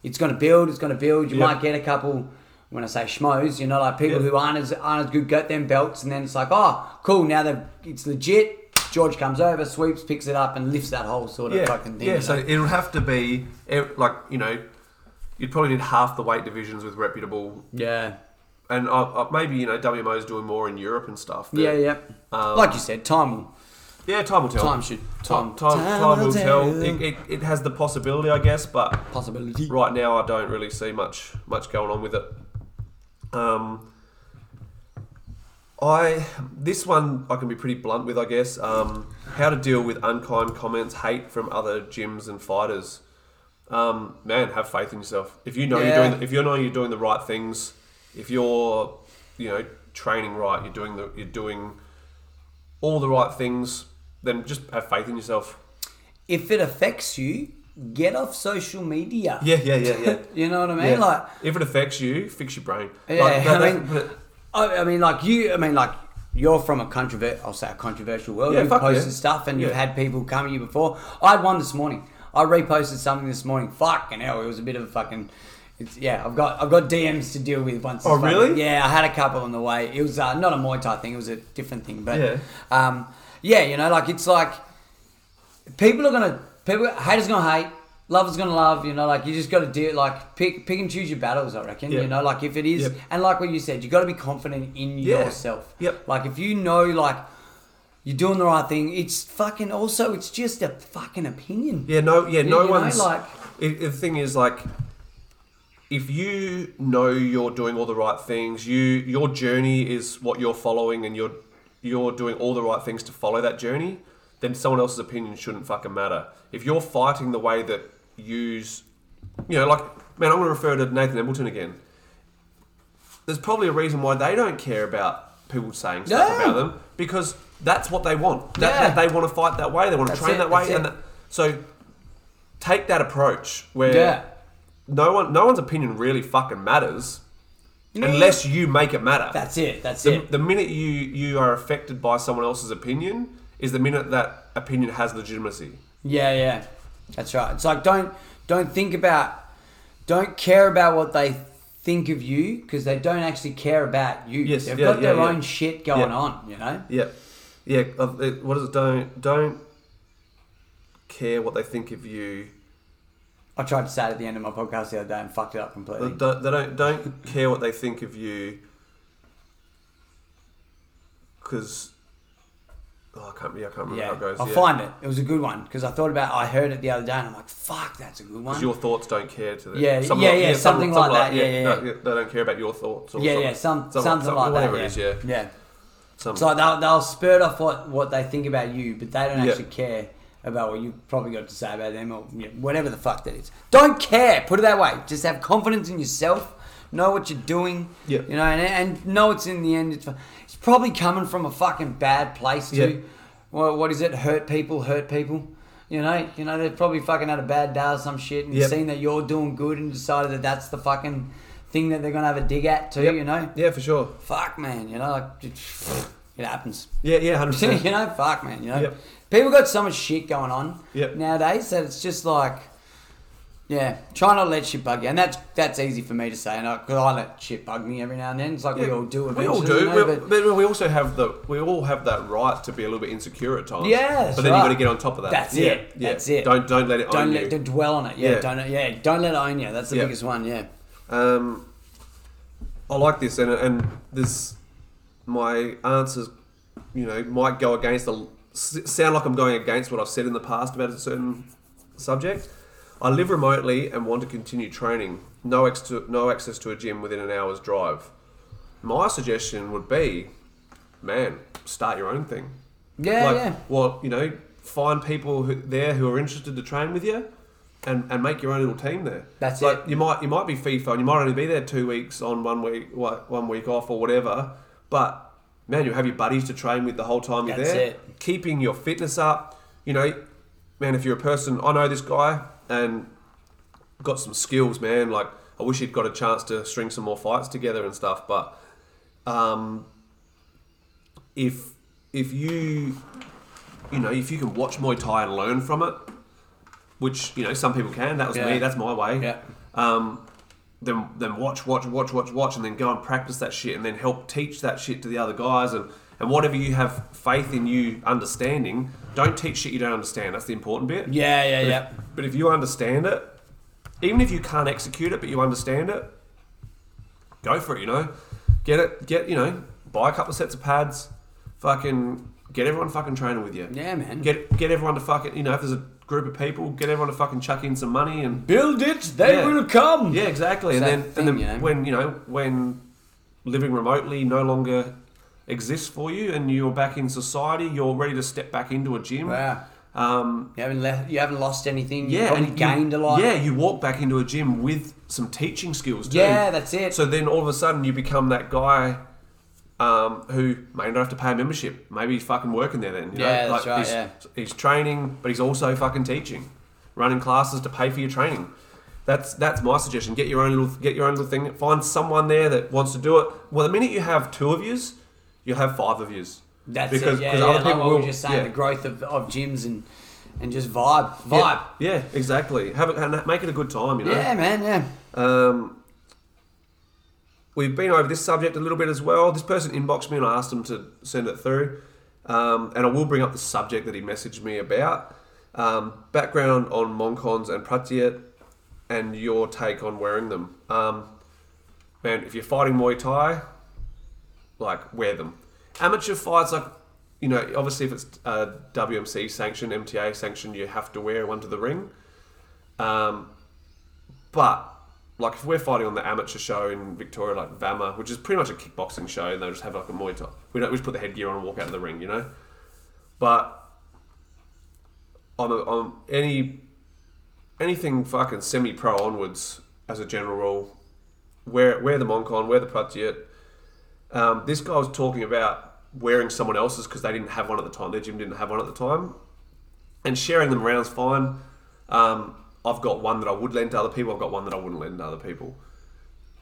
it's going to build, it's going to build. You Yeah. might get a couple, when I say schmoes, you know, like people Yeah. who aren't as, aren't as good get them belts. And then it's like, oh, cool, now they've, it's legit. George comes over, sweeps, picks it up, and lifts that whole sort of yeah, fucking thing. yeah. you So know? it would have to be ev- like you know, you'd probably need half the weight divisions with reputable, yeah. and uh, uh, maybe you know WMO's doing more in Europe and stuff. but- Yeah, yeah. Um, like you said, time will yeah. Time will tell. time should time, time time, time will tell. It, it, it has the possibility, I guess, but possibility. right now I don't really see much much going on with it. Um, I this one I can be pretty blunt with, I guess. Um, how to deal with unkind comments, hate from other gyms and fighters. Um, man, have faith in yourself. If you know you're Yeah. doing, if you know you're doing the right things, if you're, you know, training right, you're doing the, you're doing all the right things, then just have faith in yourself. If it affects you, get off social media. Yeah, yeah, yeah, yeah. You know what I mean? Yeah. Like if it affects you, fix your brain. Yeah, Like, that- I that- mean, but- I, I mean, like you, I mean, like you're from a controvert, I'll say a controversial world. Yeah, you've fuck yeah. posted stuff, and you've Yeah. had people come at you before. I had one this morning. I reposted something this morning. Fucking hell, it was a bit of a fucking. It's, yeah, I've got I've got DMs to deal with once. Oh, it's fucking- really? Yeah, I had a couple on the way. It was uh, not a Muay Thai thing. It was a different thing, but Yeah. um, yeah, you know, like it's like people are gonna people haters gonna hate lovers gonna love you know like you just gotta do like pick pick and choose your battles i reckon Yeah. you know like if it is Yep. and like what you said you gotta be confident in Yeah. yourself Yep. like if you know like you're doing the right thing it's fucking also it's just a fucking opinion Yeah, no, yeah, no you know, one's like- It, the thing is, like, if you know you're doing all the right things, you your journey is what you're following, and you're you're doing all the right things to follow that journey. Then someone else's opinion shouldn't fucking matter. If you're fighting the way that you's, you know, like, man, I'm gonna refer to Nathan Embleton again. There's probably a reason why they don't care about people saying stuff No. about them because that's what they want. That, Yeah. that they want to fight that way. They want to That's train it, that way, that's and it. that, so take that approach where Yeah. no one, no one's opinion really fucking matters unless you make it matter. that's it that's the, it the minute you you are affected by someone else's opinion is the minute that opinion has legitimacy. Yeah, yeah, that's right. It's like don't don't think about, don't care about what they think of you because they don't actually care about you. Yes, They've yeah, got their yeah, yeah. own shit going Yeah. on. You know. Yeah, yeah. of- it- What is it? Don't don't care what they think of you. I tried to say it at the end of my podcast the other day and fucked it up completely. They don't they don't, don't care what they think of you because. Oh, I can't, yeah, I can't remember yeah, how it goes. I'll yeah. find it. It was a good one because I thought about. I heard it the other day and I'm like, fuck, that's a good one. your thoughts don't care to them. Yeah, yeah, yeah, something like that, yeah, yeah, no, yeah. they don't care about your thoughts. Or yeah, something, yeah, some, something, like that. whatever yeah. it is, yeah. yeah. Some, So they'll, they'll spurt off what, what they think about you, but they don't Yeah. actually care about what you've probably got to say about them or you know, whatever the fuck that is. Don't care. Put it that way. Just have confidence in yourself. Know what you're doing. Yeah. You know, and, and know it's in the end. It's, it's probably coming from a fucking bad place too. Yeah. Well, what is it? Hurt people. Hurt people. You know, you know they've probably fucking had a bad day or some shit, and Yep. seen that you're doing good, and decided that that's the fucking thing that they're gonna have a dig at too. Yep. You know, Yeah, for sure. fuck man, you know, like it, it happens. Yeah, yeah, hundred you percent. know, fuck, man. You know, Yep. people got so much shit going on Yep. nowadays that it's just like, yeah, try not to let shit bug you, and that's that's easy for me to say, and because I, let shit bug me every now and then. It's like we all do. We all eventually, do. you know, we, but- but we also have the. We all have that right to be a little bit insecure at times. Yeah, that's but then right. you got to get on top of that. That's yeah, it, Yeah. that's it. Don't don't let it don't own let you. don't dwell on it. Yeah, Yeah. don't. Yeah, don't let it own you. That's the Yeah. biggest one. Yeah. Um, I like this, and and this, my answers, you know, might go against the s- sound like I'm going against what I've said in the past about a certain subject. I live remotely and want to continue training. No ex to, no access to a gym within an hour's drive. My suggestion would be, man, start your own thing. Yeah, like, yeah. Well, you know, find people who, there who are interested to train with you, and, and make your own little team there. That's like, it. you might you might be FIFA and you might only be there two weeks on one week what one week off or whatever, but man, you have your buddies to train with the whole time you're That's there. it. Keeping your fitness up, you know, man. If you're a person, I know this guy and got some skills, man. Like I wish he'd got a chance to string some more fights together and stuff, but um, if if you you know, if you can watch Muay Thai and learn from it, which you know some people can. That was Yeah. me. That's my way. Yeah. Um, then then watch watch watch watch watch, and then go and practice that shit, and then help teach that shit to the other guys, and and whatever you have faith in you understanding, don't teach shit you don't understand. That's the important bit. Yeah, yeah, But if- yeah. but if you understand it, even if you can't execute it, but you understand it, go for it. You know, get it. Get you know, buy a couple of sets of pads. Fucking get everyone fucking training with you. Yeah, man. Get get everyone to fucking you know if there's a group of people, get everyone to fucking chuck in some money and Build it, they Yeah. will come. yeah, exactly. It's And that then thing, and then you know? when you know when living remotely no longer exists for you and you're back in society, you're ready to step back into a gym. Wow. Um, You haven't left. You haven't lost anything. Yeah, yeah, you you- haven't gained a lot. Yeah, you walk back into a gym with some teaching skills too. Yeah, that's it. So then all of a sudden you become that guy um, who may not have to pay a membership. Maybe he's fucking working there then. You Yeah, know? that's right, He's, he's training, but he's also fucking teaching, running classes to pay for your training. That's that's my suggestion. Get your own little get your own little thing. Find someone there that wants to do it. Well, the minute you have two of yous, you'll have five of yous. That's because, it. Yeah, because yeah. other like people what we will were just saying, yeah. the growth of, of gyms and and just vibe, vibe. Yeah, yeah, exactly. Have it, and make it a good time, you know. Yeah, man. Yeah. Um, we've been over this subject a little bit as well. This person inboxed me and I asked him to send it through. Um, and I will bring up the subject that he messaged me about. Um, background on Moncons and Pratyet and your take on wearing them. Um, man, if you're fighting Muay Thai, like, wear them. Amateur fights, like, you know, obviously if it's uh, WMC sanctioned, MTA sanctioned, you have to wear one to the ring. Um, but like if we're fighting on the amateur show in Victoria, like Vama, which is pretty much a kickboxing show, and they'll just have like a Muay Thai. We don't we just put the headgear on and walk out of the ring, you know. But on a, on any anything fucking semi pro onwards, as a general rule, wear wear the Moncon, wear the Pratyet. Um, this guy was talking about wearing someone else's because they didn't have one at the time. Their gym didn't have one at the time and sharing them around's fine. Um, I've got one that I would lend to other people. I've got one that I wouldn't lend to other people.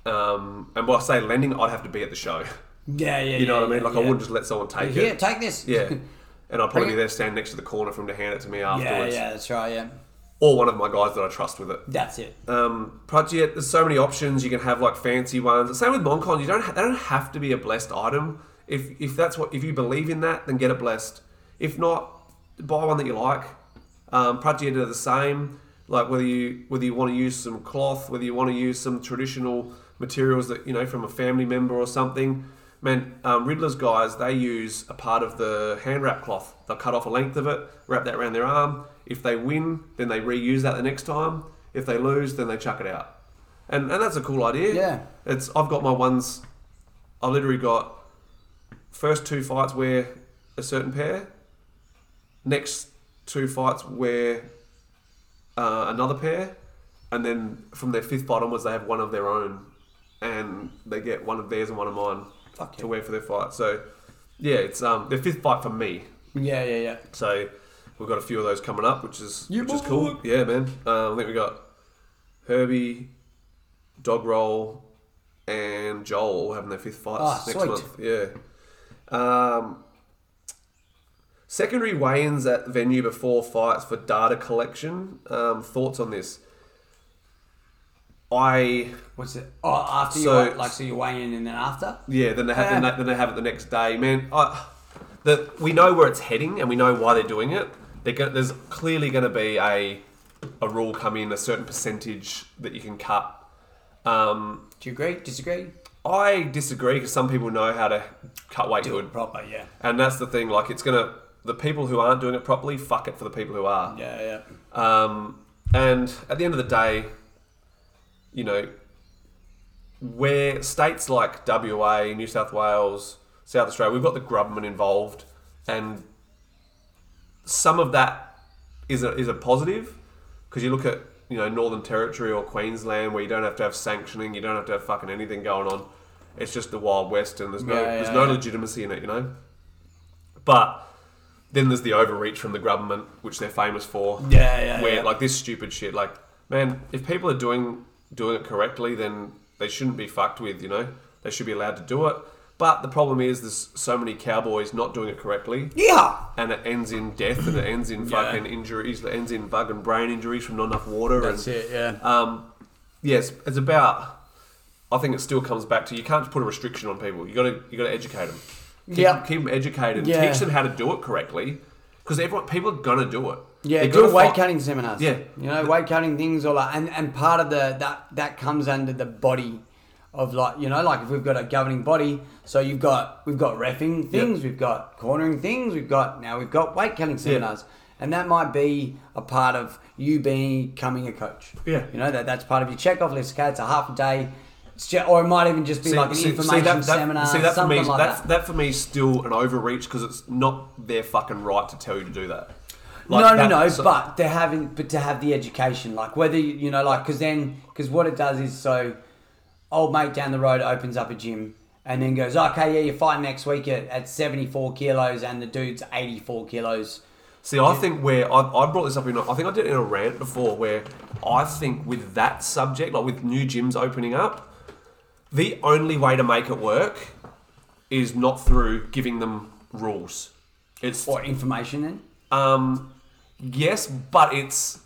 Um, and when I say lending, I'd have to be at the show. Yeah, yeah. You know yeah, what I mean? yeah, Like I yeah. wouldn't just let someone take Here, it. take this. yeah. And I'd probably Bring be it. there standing next to the corner for him to hand it to me yeah, afterwards. yeah. That's right. Yeah. Or one of my guys that I trust with it. That's it. Um, Pratyet, there's so many options. You can have like fancy ones. The same with Moncon. You don't. Ha- they don't have to be a blessed item. If if that's what if you believe in that, then get it blessed. If not, buy one that you like. Um, Pratyet are the same. Like whether you whether you want to use some cloth, whether you want to use some traditional materials that you know from a family member or something. Man, um, Riddler's guys they use a part of the hand wrap cloth. They'll cut off a length of it, wrap that around their arm. If they win, then they reuse that the next time. If they lose, then they chuck it out. And and that's a cool idea. Yeah. It's I've got my ones I literally got first two fights wear a certain pair, next two fights wear uh, another pair, and then from their fifth fight onwards they have one of their own, and they get one of theirs and one of mine Fuck to yeah. wear for their fight. So yeah, it's um, their fifth fight for me. Yeah, yeah, yeah. So we've got a few of those coming up, which is You which is cool. boy. Yeah, man. Um, I think we got Herbie, Dog Roll, and Joel all having their fifth fights Ah, next sweet. month. Yeah. Um, secondary weigh-ins at venue before fights for data collection. Um, thoughts on this? I What's it? Oh, after So- you weigh- like, so you weigh in and then after. yeah, then they have then, Yeah. they, then they have it the next day, man. I, the, we know where it's heading and we know why they're doing it. They're go, there's clearly going to be a a rule come in, a certain percentage that you can cut. Um, Do you agree? Disagree? I disagree because some people know how to cut weight to it, Proper. Yeah. and that's the thing. Like it's gonna the people who aren't doing it properly, fuck it for the people who are. Yeah, yeah. Um, and at the end of the day, you know, where states like WA, New South Wales, South Australia, we've got the government involved, and some of that is a, is a positive because you look at you know Northern Territory or Queensland where you don't have to have sanctioning, you don't have to have fucking anything going on. It's just the Wild West, and there's no Yeah, there's yeah, no yeah. legitimacy in it, you know. But then there's the overreach from the government, which they're famous for. Yeah, yeah, Where yeah. like this stupid shit, like man, if people are doing doing it correctly, then they shouldn't be fucked with. You know, they should be allowed to do it. But the problem is, there's so many cowboys not doing it correctly. Yeah. and it ends in death and it ends in Yeah. fucking injuries it ends in fucking brain injuries from not enough water That's and it. Yeah. um yes it's about i think it still comes back to you can't put a restriction on people you gotta you gotta educate them keep, Yeah. keep them educated Yeah. teach them how to do it correctly because everyone people are gonna do it Yeah, They're do gonna weight fi- cutting seminars. Yeah. you know, weight cutting things or like, and, and part of the that that comes under the body of like you know, like if we've got a governing body, so you've got we've got refing things, we've got cornering things, we've got now we've got weight cutting seminars, and that might be a part of you becoming a coach. Yeah. you know that that's part of your checkoff list. Okay, it's a half a day. It's ju- Or it might even just be like an information seminar, see, that for something me, like that's, that. that for me is still an overreach because it's not their fucking right to tell you to do that. Like, no, that- no, no. so- but they're having, but to have the education, like whether you, you know, like because then, because what it does is, so old mate down the road opens up a gym and then goes, okay, yeah, you're fighting next week at, at 74 kilos, and the dude's 84 kilos. See, I think where I, I brought this up in, I think I did it in a rant before, where I think with that subject, like with new gyms opening up, the only way to make it work is not through giving them rules. It's Or information then? um, yes, but it's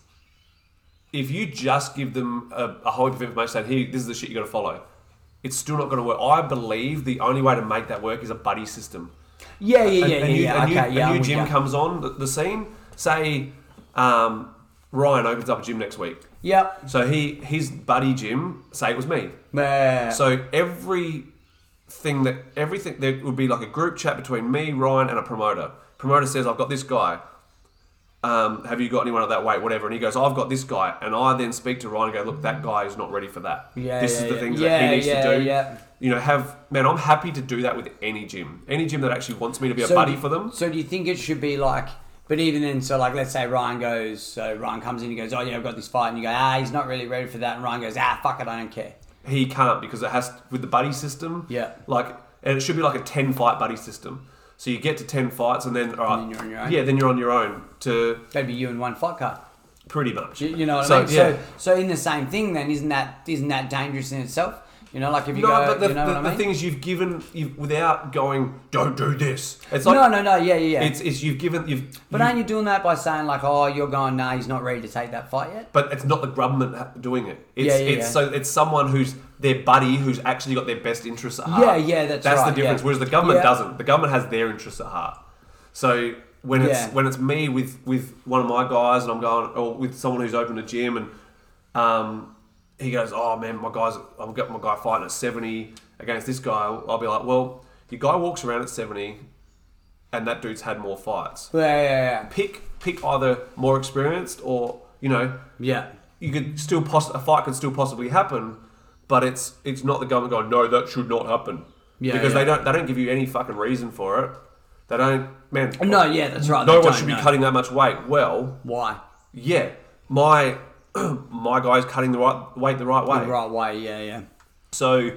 if you just give them a, a whole heap of information saying, "Here, this is the shit you got to follow," it's still not going to work. I believe the only way to make that work is a buddy system Yeah, yeah, a- yeah, a yeah, new- yeah. a new- okay, yeah. a I'm new with gym ya. comes on the, the scene. Say, um, Ryan opens up a gym next week. Yep. So he his buddy gym. Say it was me. Yeah. So every thing that everything there would be like a group chat between me, Ryan, and a promoter. Promoter says, "I've got this guy. Um, have you got anyone at that weight? Whatever." And he goes, "I've got this guy." And I then speak to Ryan and go, "Look, that guy is not ready for that. Yeah, this yeah, is the yeah. things Yeah, that he needs yeah, to do." yeah. You know, have man, I'm happy to do that with any gym, any gym that actually wants me to be a buddy do- for them. So do you think it should be like? But even then, so like, let's say Ryan goes, so Ryan comes in, he goes, oh yeah, I've got this fight, and you go, ah, he's not really ready for that, and Ryan goes, ah, fuck it, I don't care. He can't because it has with the buddy system. Yeah. Like, and it should be like a ten fight buddy system. So you get to ten fights, and then all right, then you're on your own. yeah, then you're on your own to That'd be you and one fight card. pretty much. You, you know what so, I mean? Yeah. So, so in the same thing, then isn't that isn't that dangerous in itself? You know, like if you no, go, but the, you know the, what I the mean? thing is, you've given you've, without going, don't do this. It's like no, no, no, yeah, yeah, yeah. It's, it's you've given you've. but aren't you doing that by saying like, oh, you're going, nah, he's not ready to take that fight yet? but it's not the government ha- doing it. It's, Yeah, yeah, it's yeah. so it's someone who's their buddy who's actually got their best interests at Yeah, heart. yeah, that's that's right, the difference. yeah. Whereas the government Yeah. doesn't. The government has their interests at heart. So when Yeah. it's when it's me with with one of my guys and I'm going or with someone who's opened a gym and um, he goes, oh man, my guys, I've got my guy fighting at seventy against this guy. I'll be like, well, your guy walks around at seventy, and that dude's had more fights. Yeah, yeah, Pick pick either more experienced or you know yeah. yeah. you could still poss- a fight could still possibly happen, but it's it's not the government going no that should not happen Yeah, because yeah. they don't they don't give you any fucking reason for it. They don't man. Oh, No, yeah, that's right. no they one don't should be know. cutting that much weight. Well, Why? yeah, my my guy's cutting the right weight the right way. The right way, yeah, yeah. So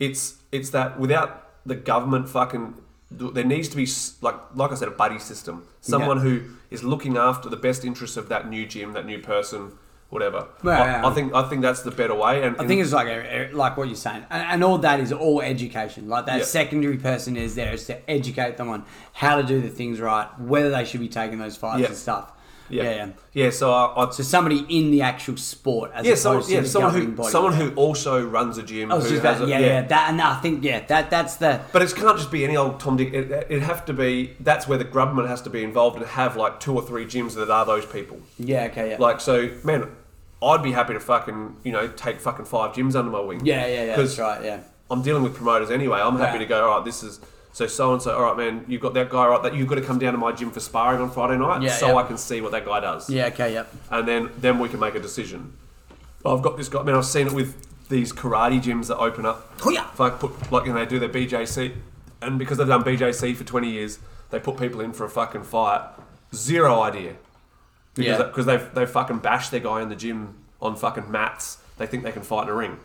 it's it's that without the government fucking there needs to be s- like like I said a buddy system, someone who is looking after the best interests of that new gym, that new person, whatever. Yeah, I, yeah. I think I think that's the better way. And I think it's like a, like what you're saying, and, and all that is all education. Like that Yeah. secondary person is there is to educate them on how to do the things right, whether they should be taking those fights Yeah. and stuff. Yeah, yeah, yeah. yeah, so I, I So somebody in the actual sport, as yeah, opposed someone, to yeah, the someone governing who body. someone who also runs a gym. I was who just has about, a- yeah, yeah, that, and I think, yeah, that that's the. But it can't just be any old Tom Dick. It, it'd have to be. That's where the government has to be involved and have like two or three gyms that are those people. Yeah, okay, yeah. Like, so, man, I'd be happy to fucking, you know, take fucking five gyms under my wing. yeah, yeah, yeah, that's 'Cause right, yeah. I'm dealing with promoters anyway. I'm happy Yeah. to go, all right, this is, so so and so, all right, man, you've got that guy, all right, that you've got to come down to my gym for sparring on Friday night Yeah, so yeah. I can see what that guy does. Yeah, okay, yep. And then, then we can make a decision. I've got this guy, man, I've seen it with these karate gyms that open up. Hoo-yah! Fuck, put, like, and they do their BJC. And because they've done BJC for 20 years, they put people in for a fucking fight. Zero idea because Yeah. because they've they fucking bashed their guy in the gym on fucking mats. They think they can fight in a ring,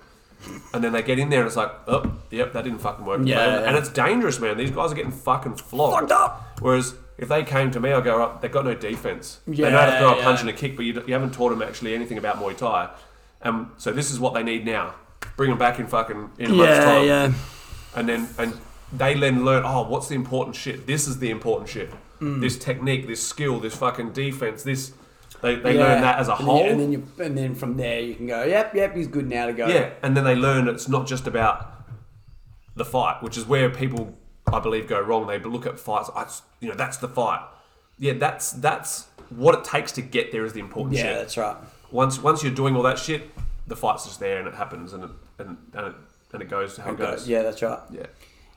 and then they get in there and it's like, oh, yep, that didn't fucking work. Yeah, and, yeah. and it's dangerous, man. These guys are getting fucking flogged. Fucked up. Whereas if they came to me, I go, up. they've got no defense. they know how to Yeah, throw a yeah. punch and a kick, but you, d- you haven't taught them actually anything about Muay Thai. Um, so this is what they need now. Bring them back in fucking in a month's Yeah, time yeah. and then and they then learn, oh, what's the important shit? This is the important shit. Mm. This technique, this skill, this fucking defense, this. They, they learn that as a and whole. Then you, and, then you, and then from there you can go, yep, yep, he's good now to go. Yeah, and then they learn it's not just about the fight, which is where people, I believe, go wrong. They look at fights, I, you know, that's the fight. Yeah, that's that's what it takes to get there is the important Yeah, shit. that's right. Once once you're doing all that shit, the fight's just there and it happens and it and, and it and it goes how it goes. Yeah, that's right. yeah,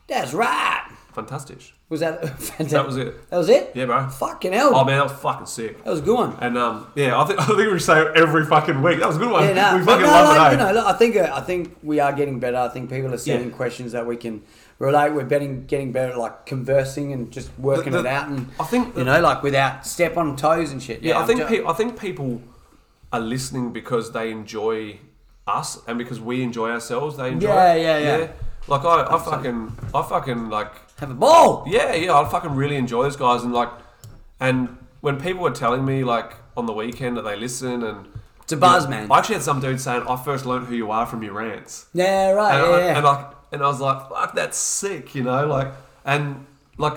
That's right. fantastic. Was that fantastic? That was it. That was it? Yeah, bro. Fucking hell. Oh man, that was fucking sick. That was a good one. And um, yeah, I think I think we say it every fucking week. That was a good one. Yeah, no, we fucking no, love like, it. you eh? know, look, I think uh, I think we are getting better. I think people are sending Yeah. questions that we can relate. We're getting getting better, at, like conversing and just working the- it out. And I think you the- know, like without step on toes and shit. Yeah, I I'm think ju- pe- I think people are listening because they enjoy us and because we enjoy ourselves. They enjoy. Yeah, it. yeah, yeah. Like I, I fucking, I fucking like. have a ball. Yeah, yeah. I fucking really enjoy those guys and like, and when people were telling me like on the weekend that they listen and. It's a buzz, man. I actually had some dude saying, "I first learned who you are from your rants." Yeah, right. and, Oh, yeah, I, yeah. and like and I was like, fuck, that's sick, you know, like and like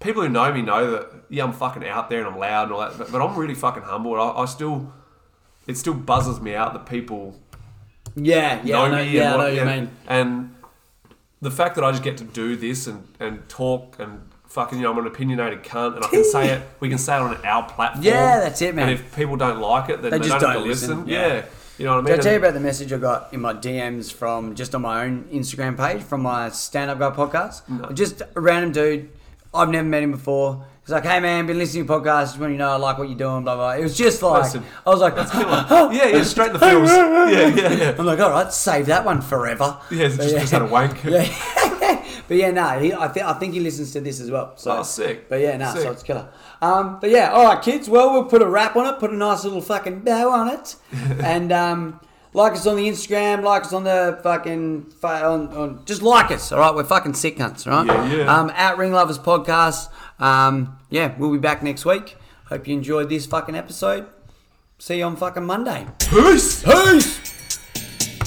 people who know me know that yeah, I'm fucking out there and I'm loud and all that, but, but I'm really fucking humble. And I, I still, it still buzzes me out that people yeah, yeah, I know know, me yeah, I and know what what you and, mean. and the fact that I just get to do this and and talk and fucking you know I'm an opinionated cunt and I can say it. We can say it on our platform. Yeah, that's it, man. And if people don't like it, then They they, just don't, have don't to listen, listen. yeah. Yeah. you know what I mean. Did I tell you And- about the message I got in my DMs from just on my own Instagram page from my stand up guy podcast? Mm. Just a random dude. I've never met him before. He's like, hey man, been listening to your podcast. Just want you to know I like what you're doing, blah, blah. It was just like, Listen, I was like, yeah, yeah, straight in the feels. yeah, yeah, yeah. I'm like, all right, save that one forever. Yeah, it's But just- just had a wank. Yeah. but yeah, no, he, I, th- I think he listens to this as well. So Oh, sick. But yeah, no, so Sick. it's killer. Um, but yeah, all right, kids. Well, we'll put a wrap on it, put a nice little fucking bow on it, and um, like us on the Instagram, like us on the fucking fa- on, on just like us. All right, we're fucking sick cunts. All right. Yeah, yeah. Um, at Ring Lovers Podcast. Um, yeah, we'll be back next week. Hope you enjoyed this fucking episode. See you on fucking Monday. Peace. Peace.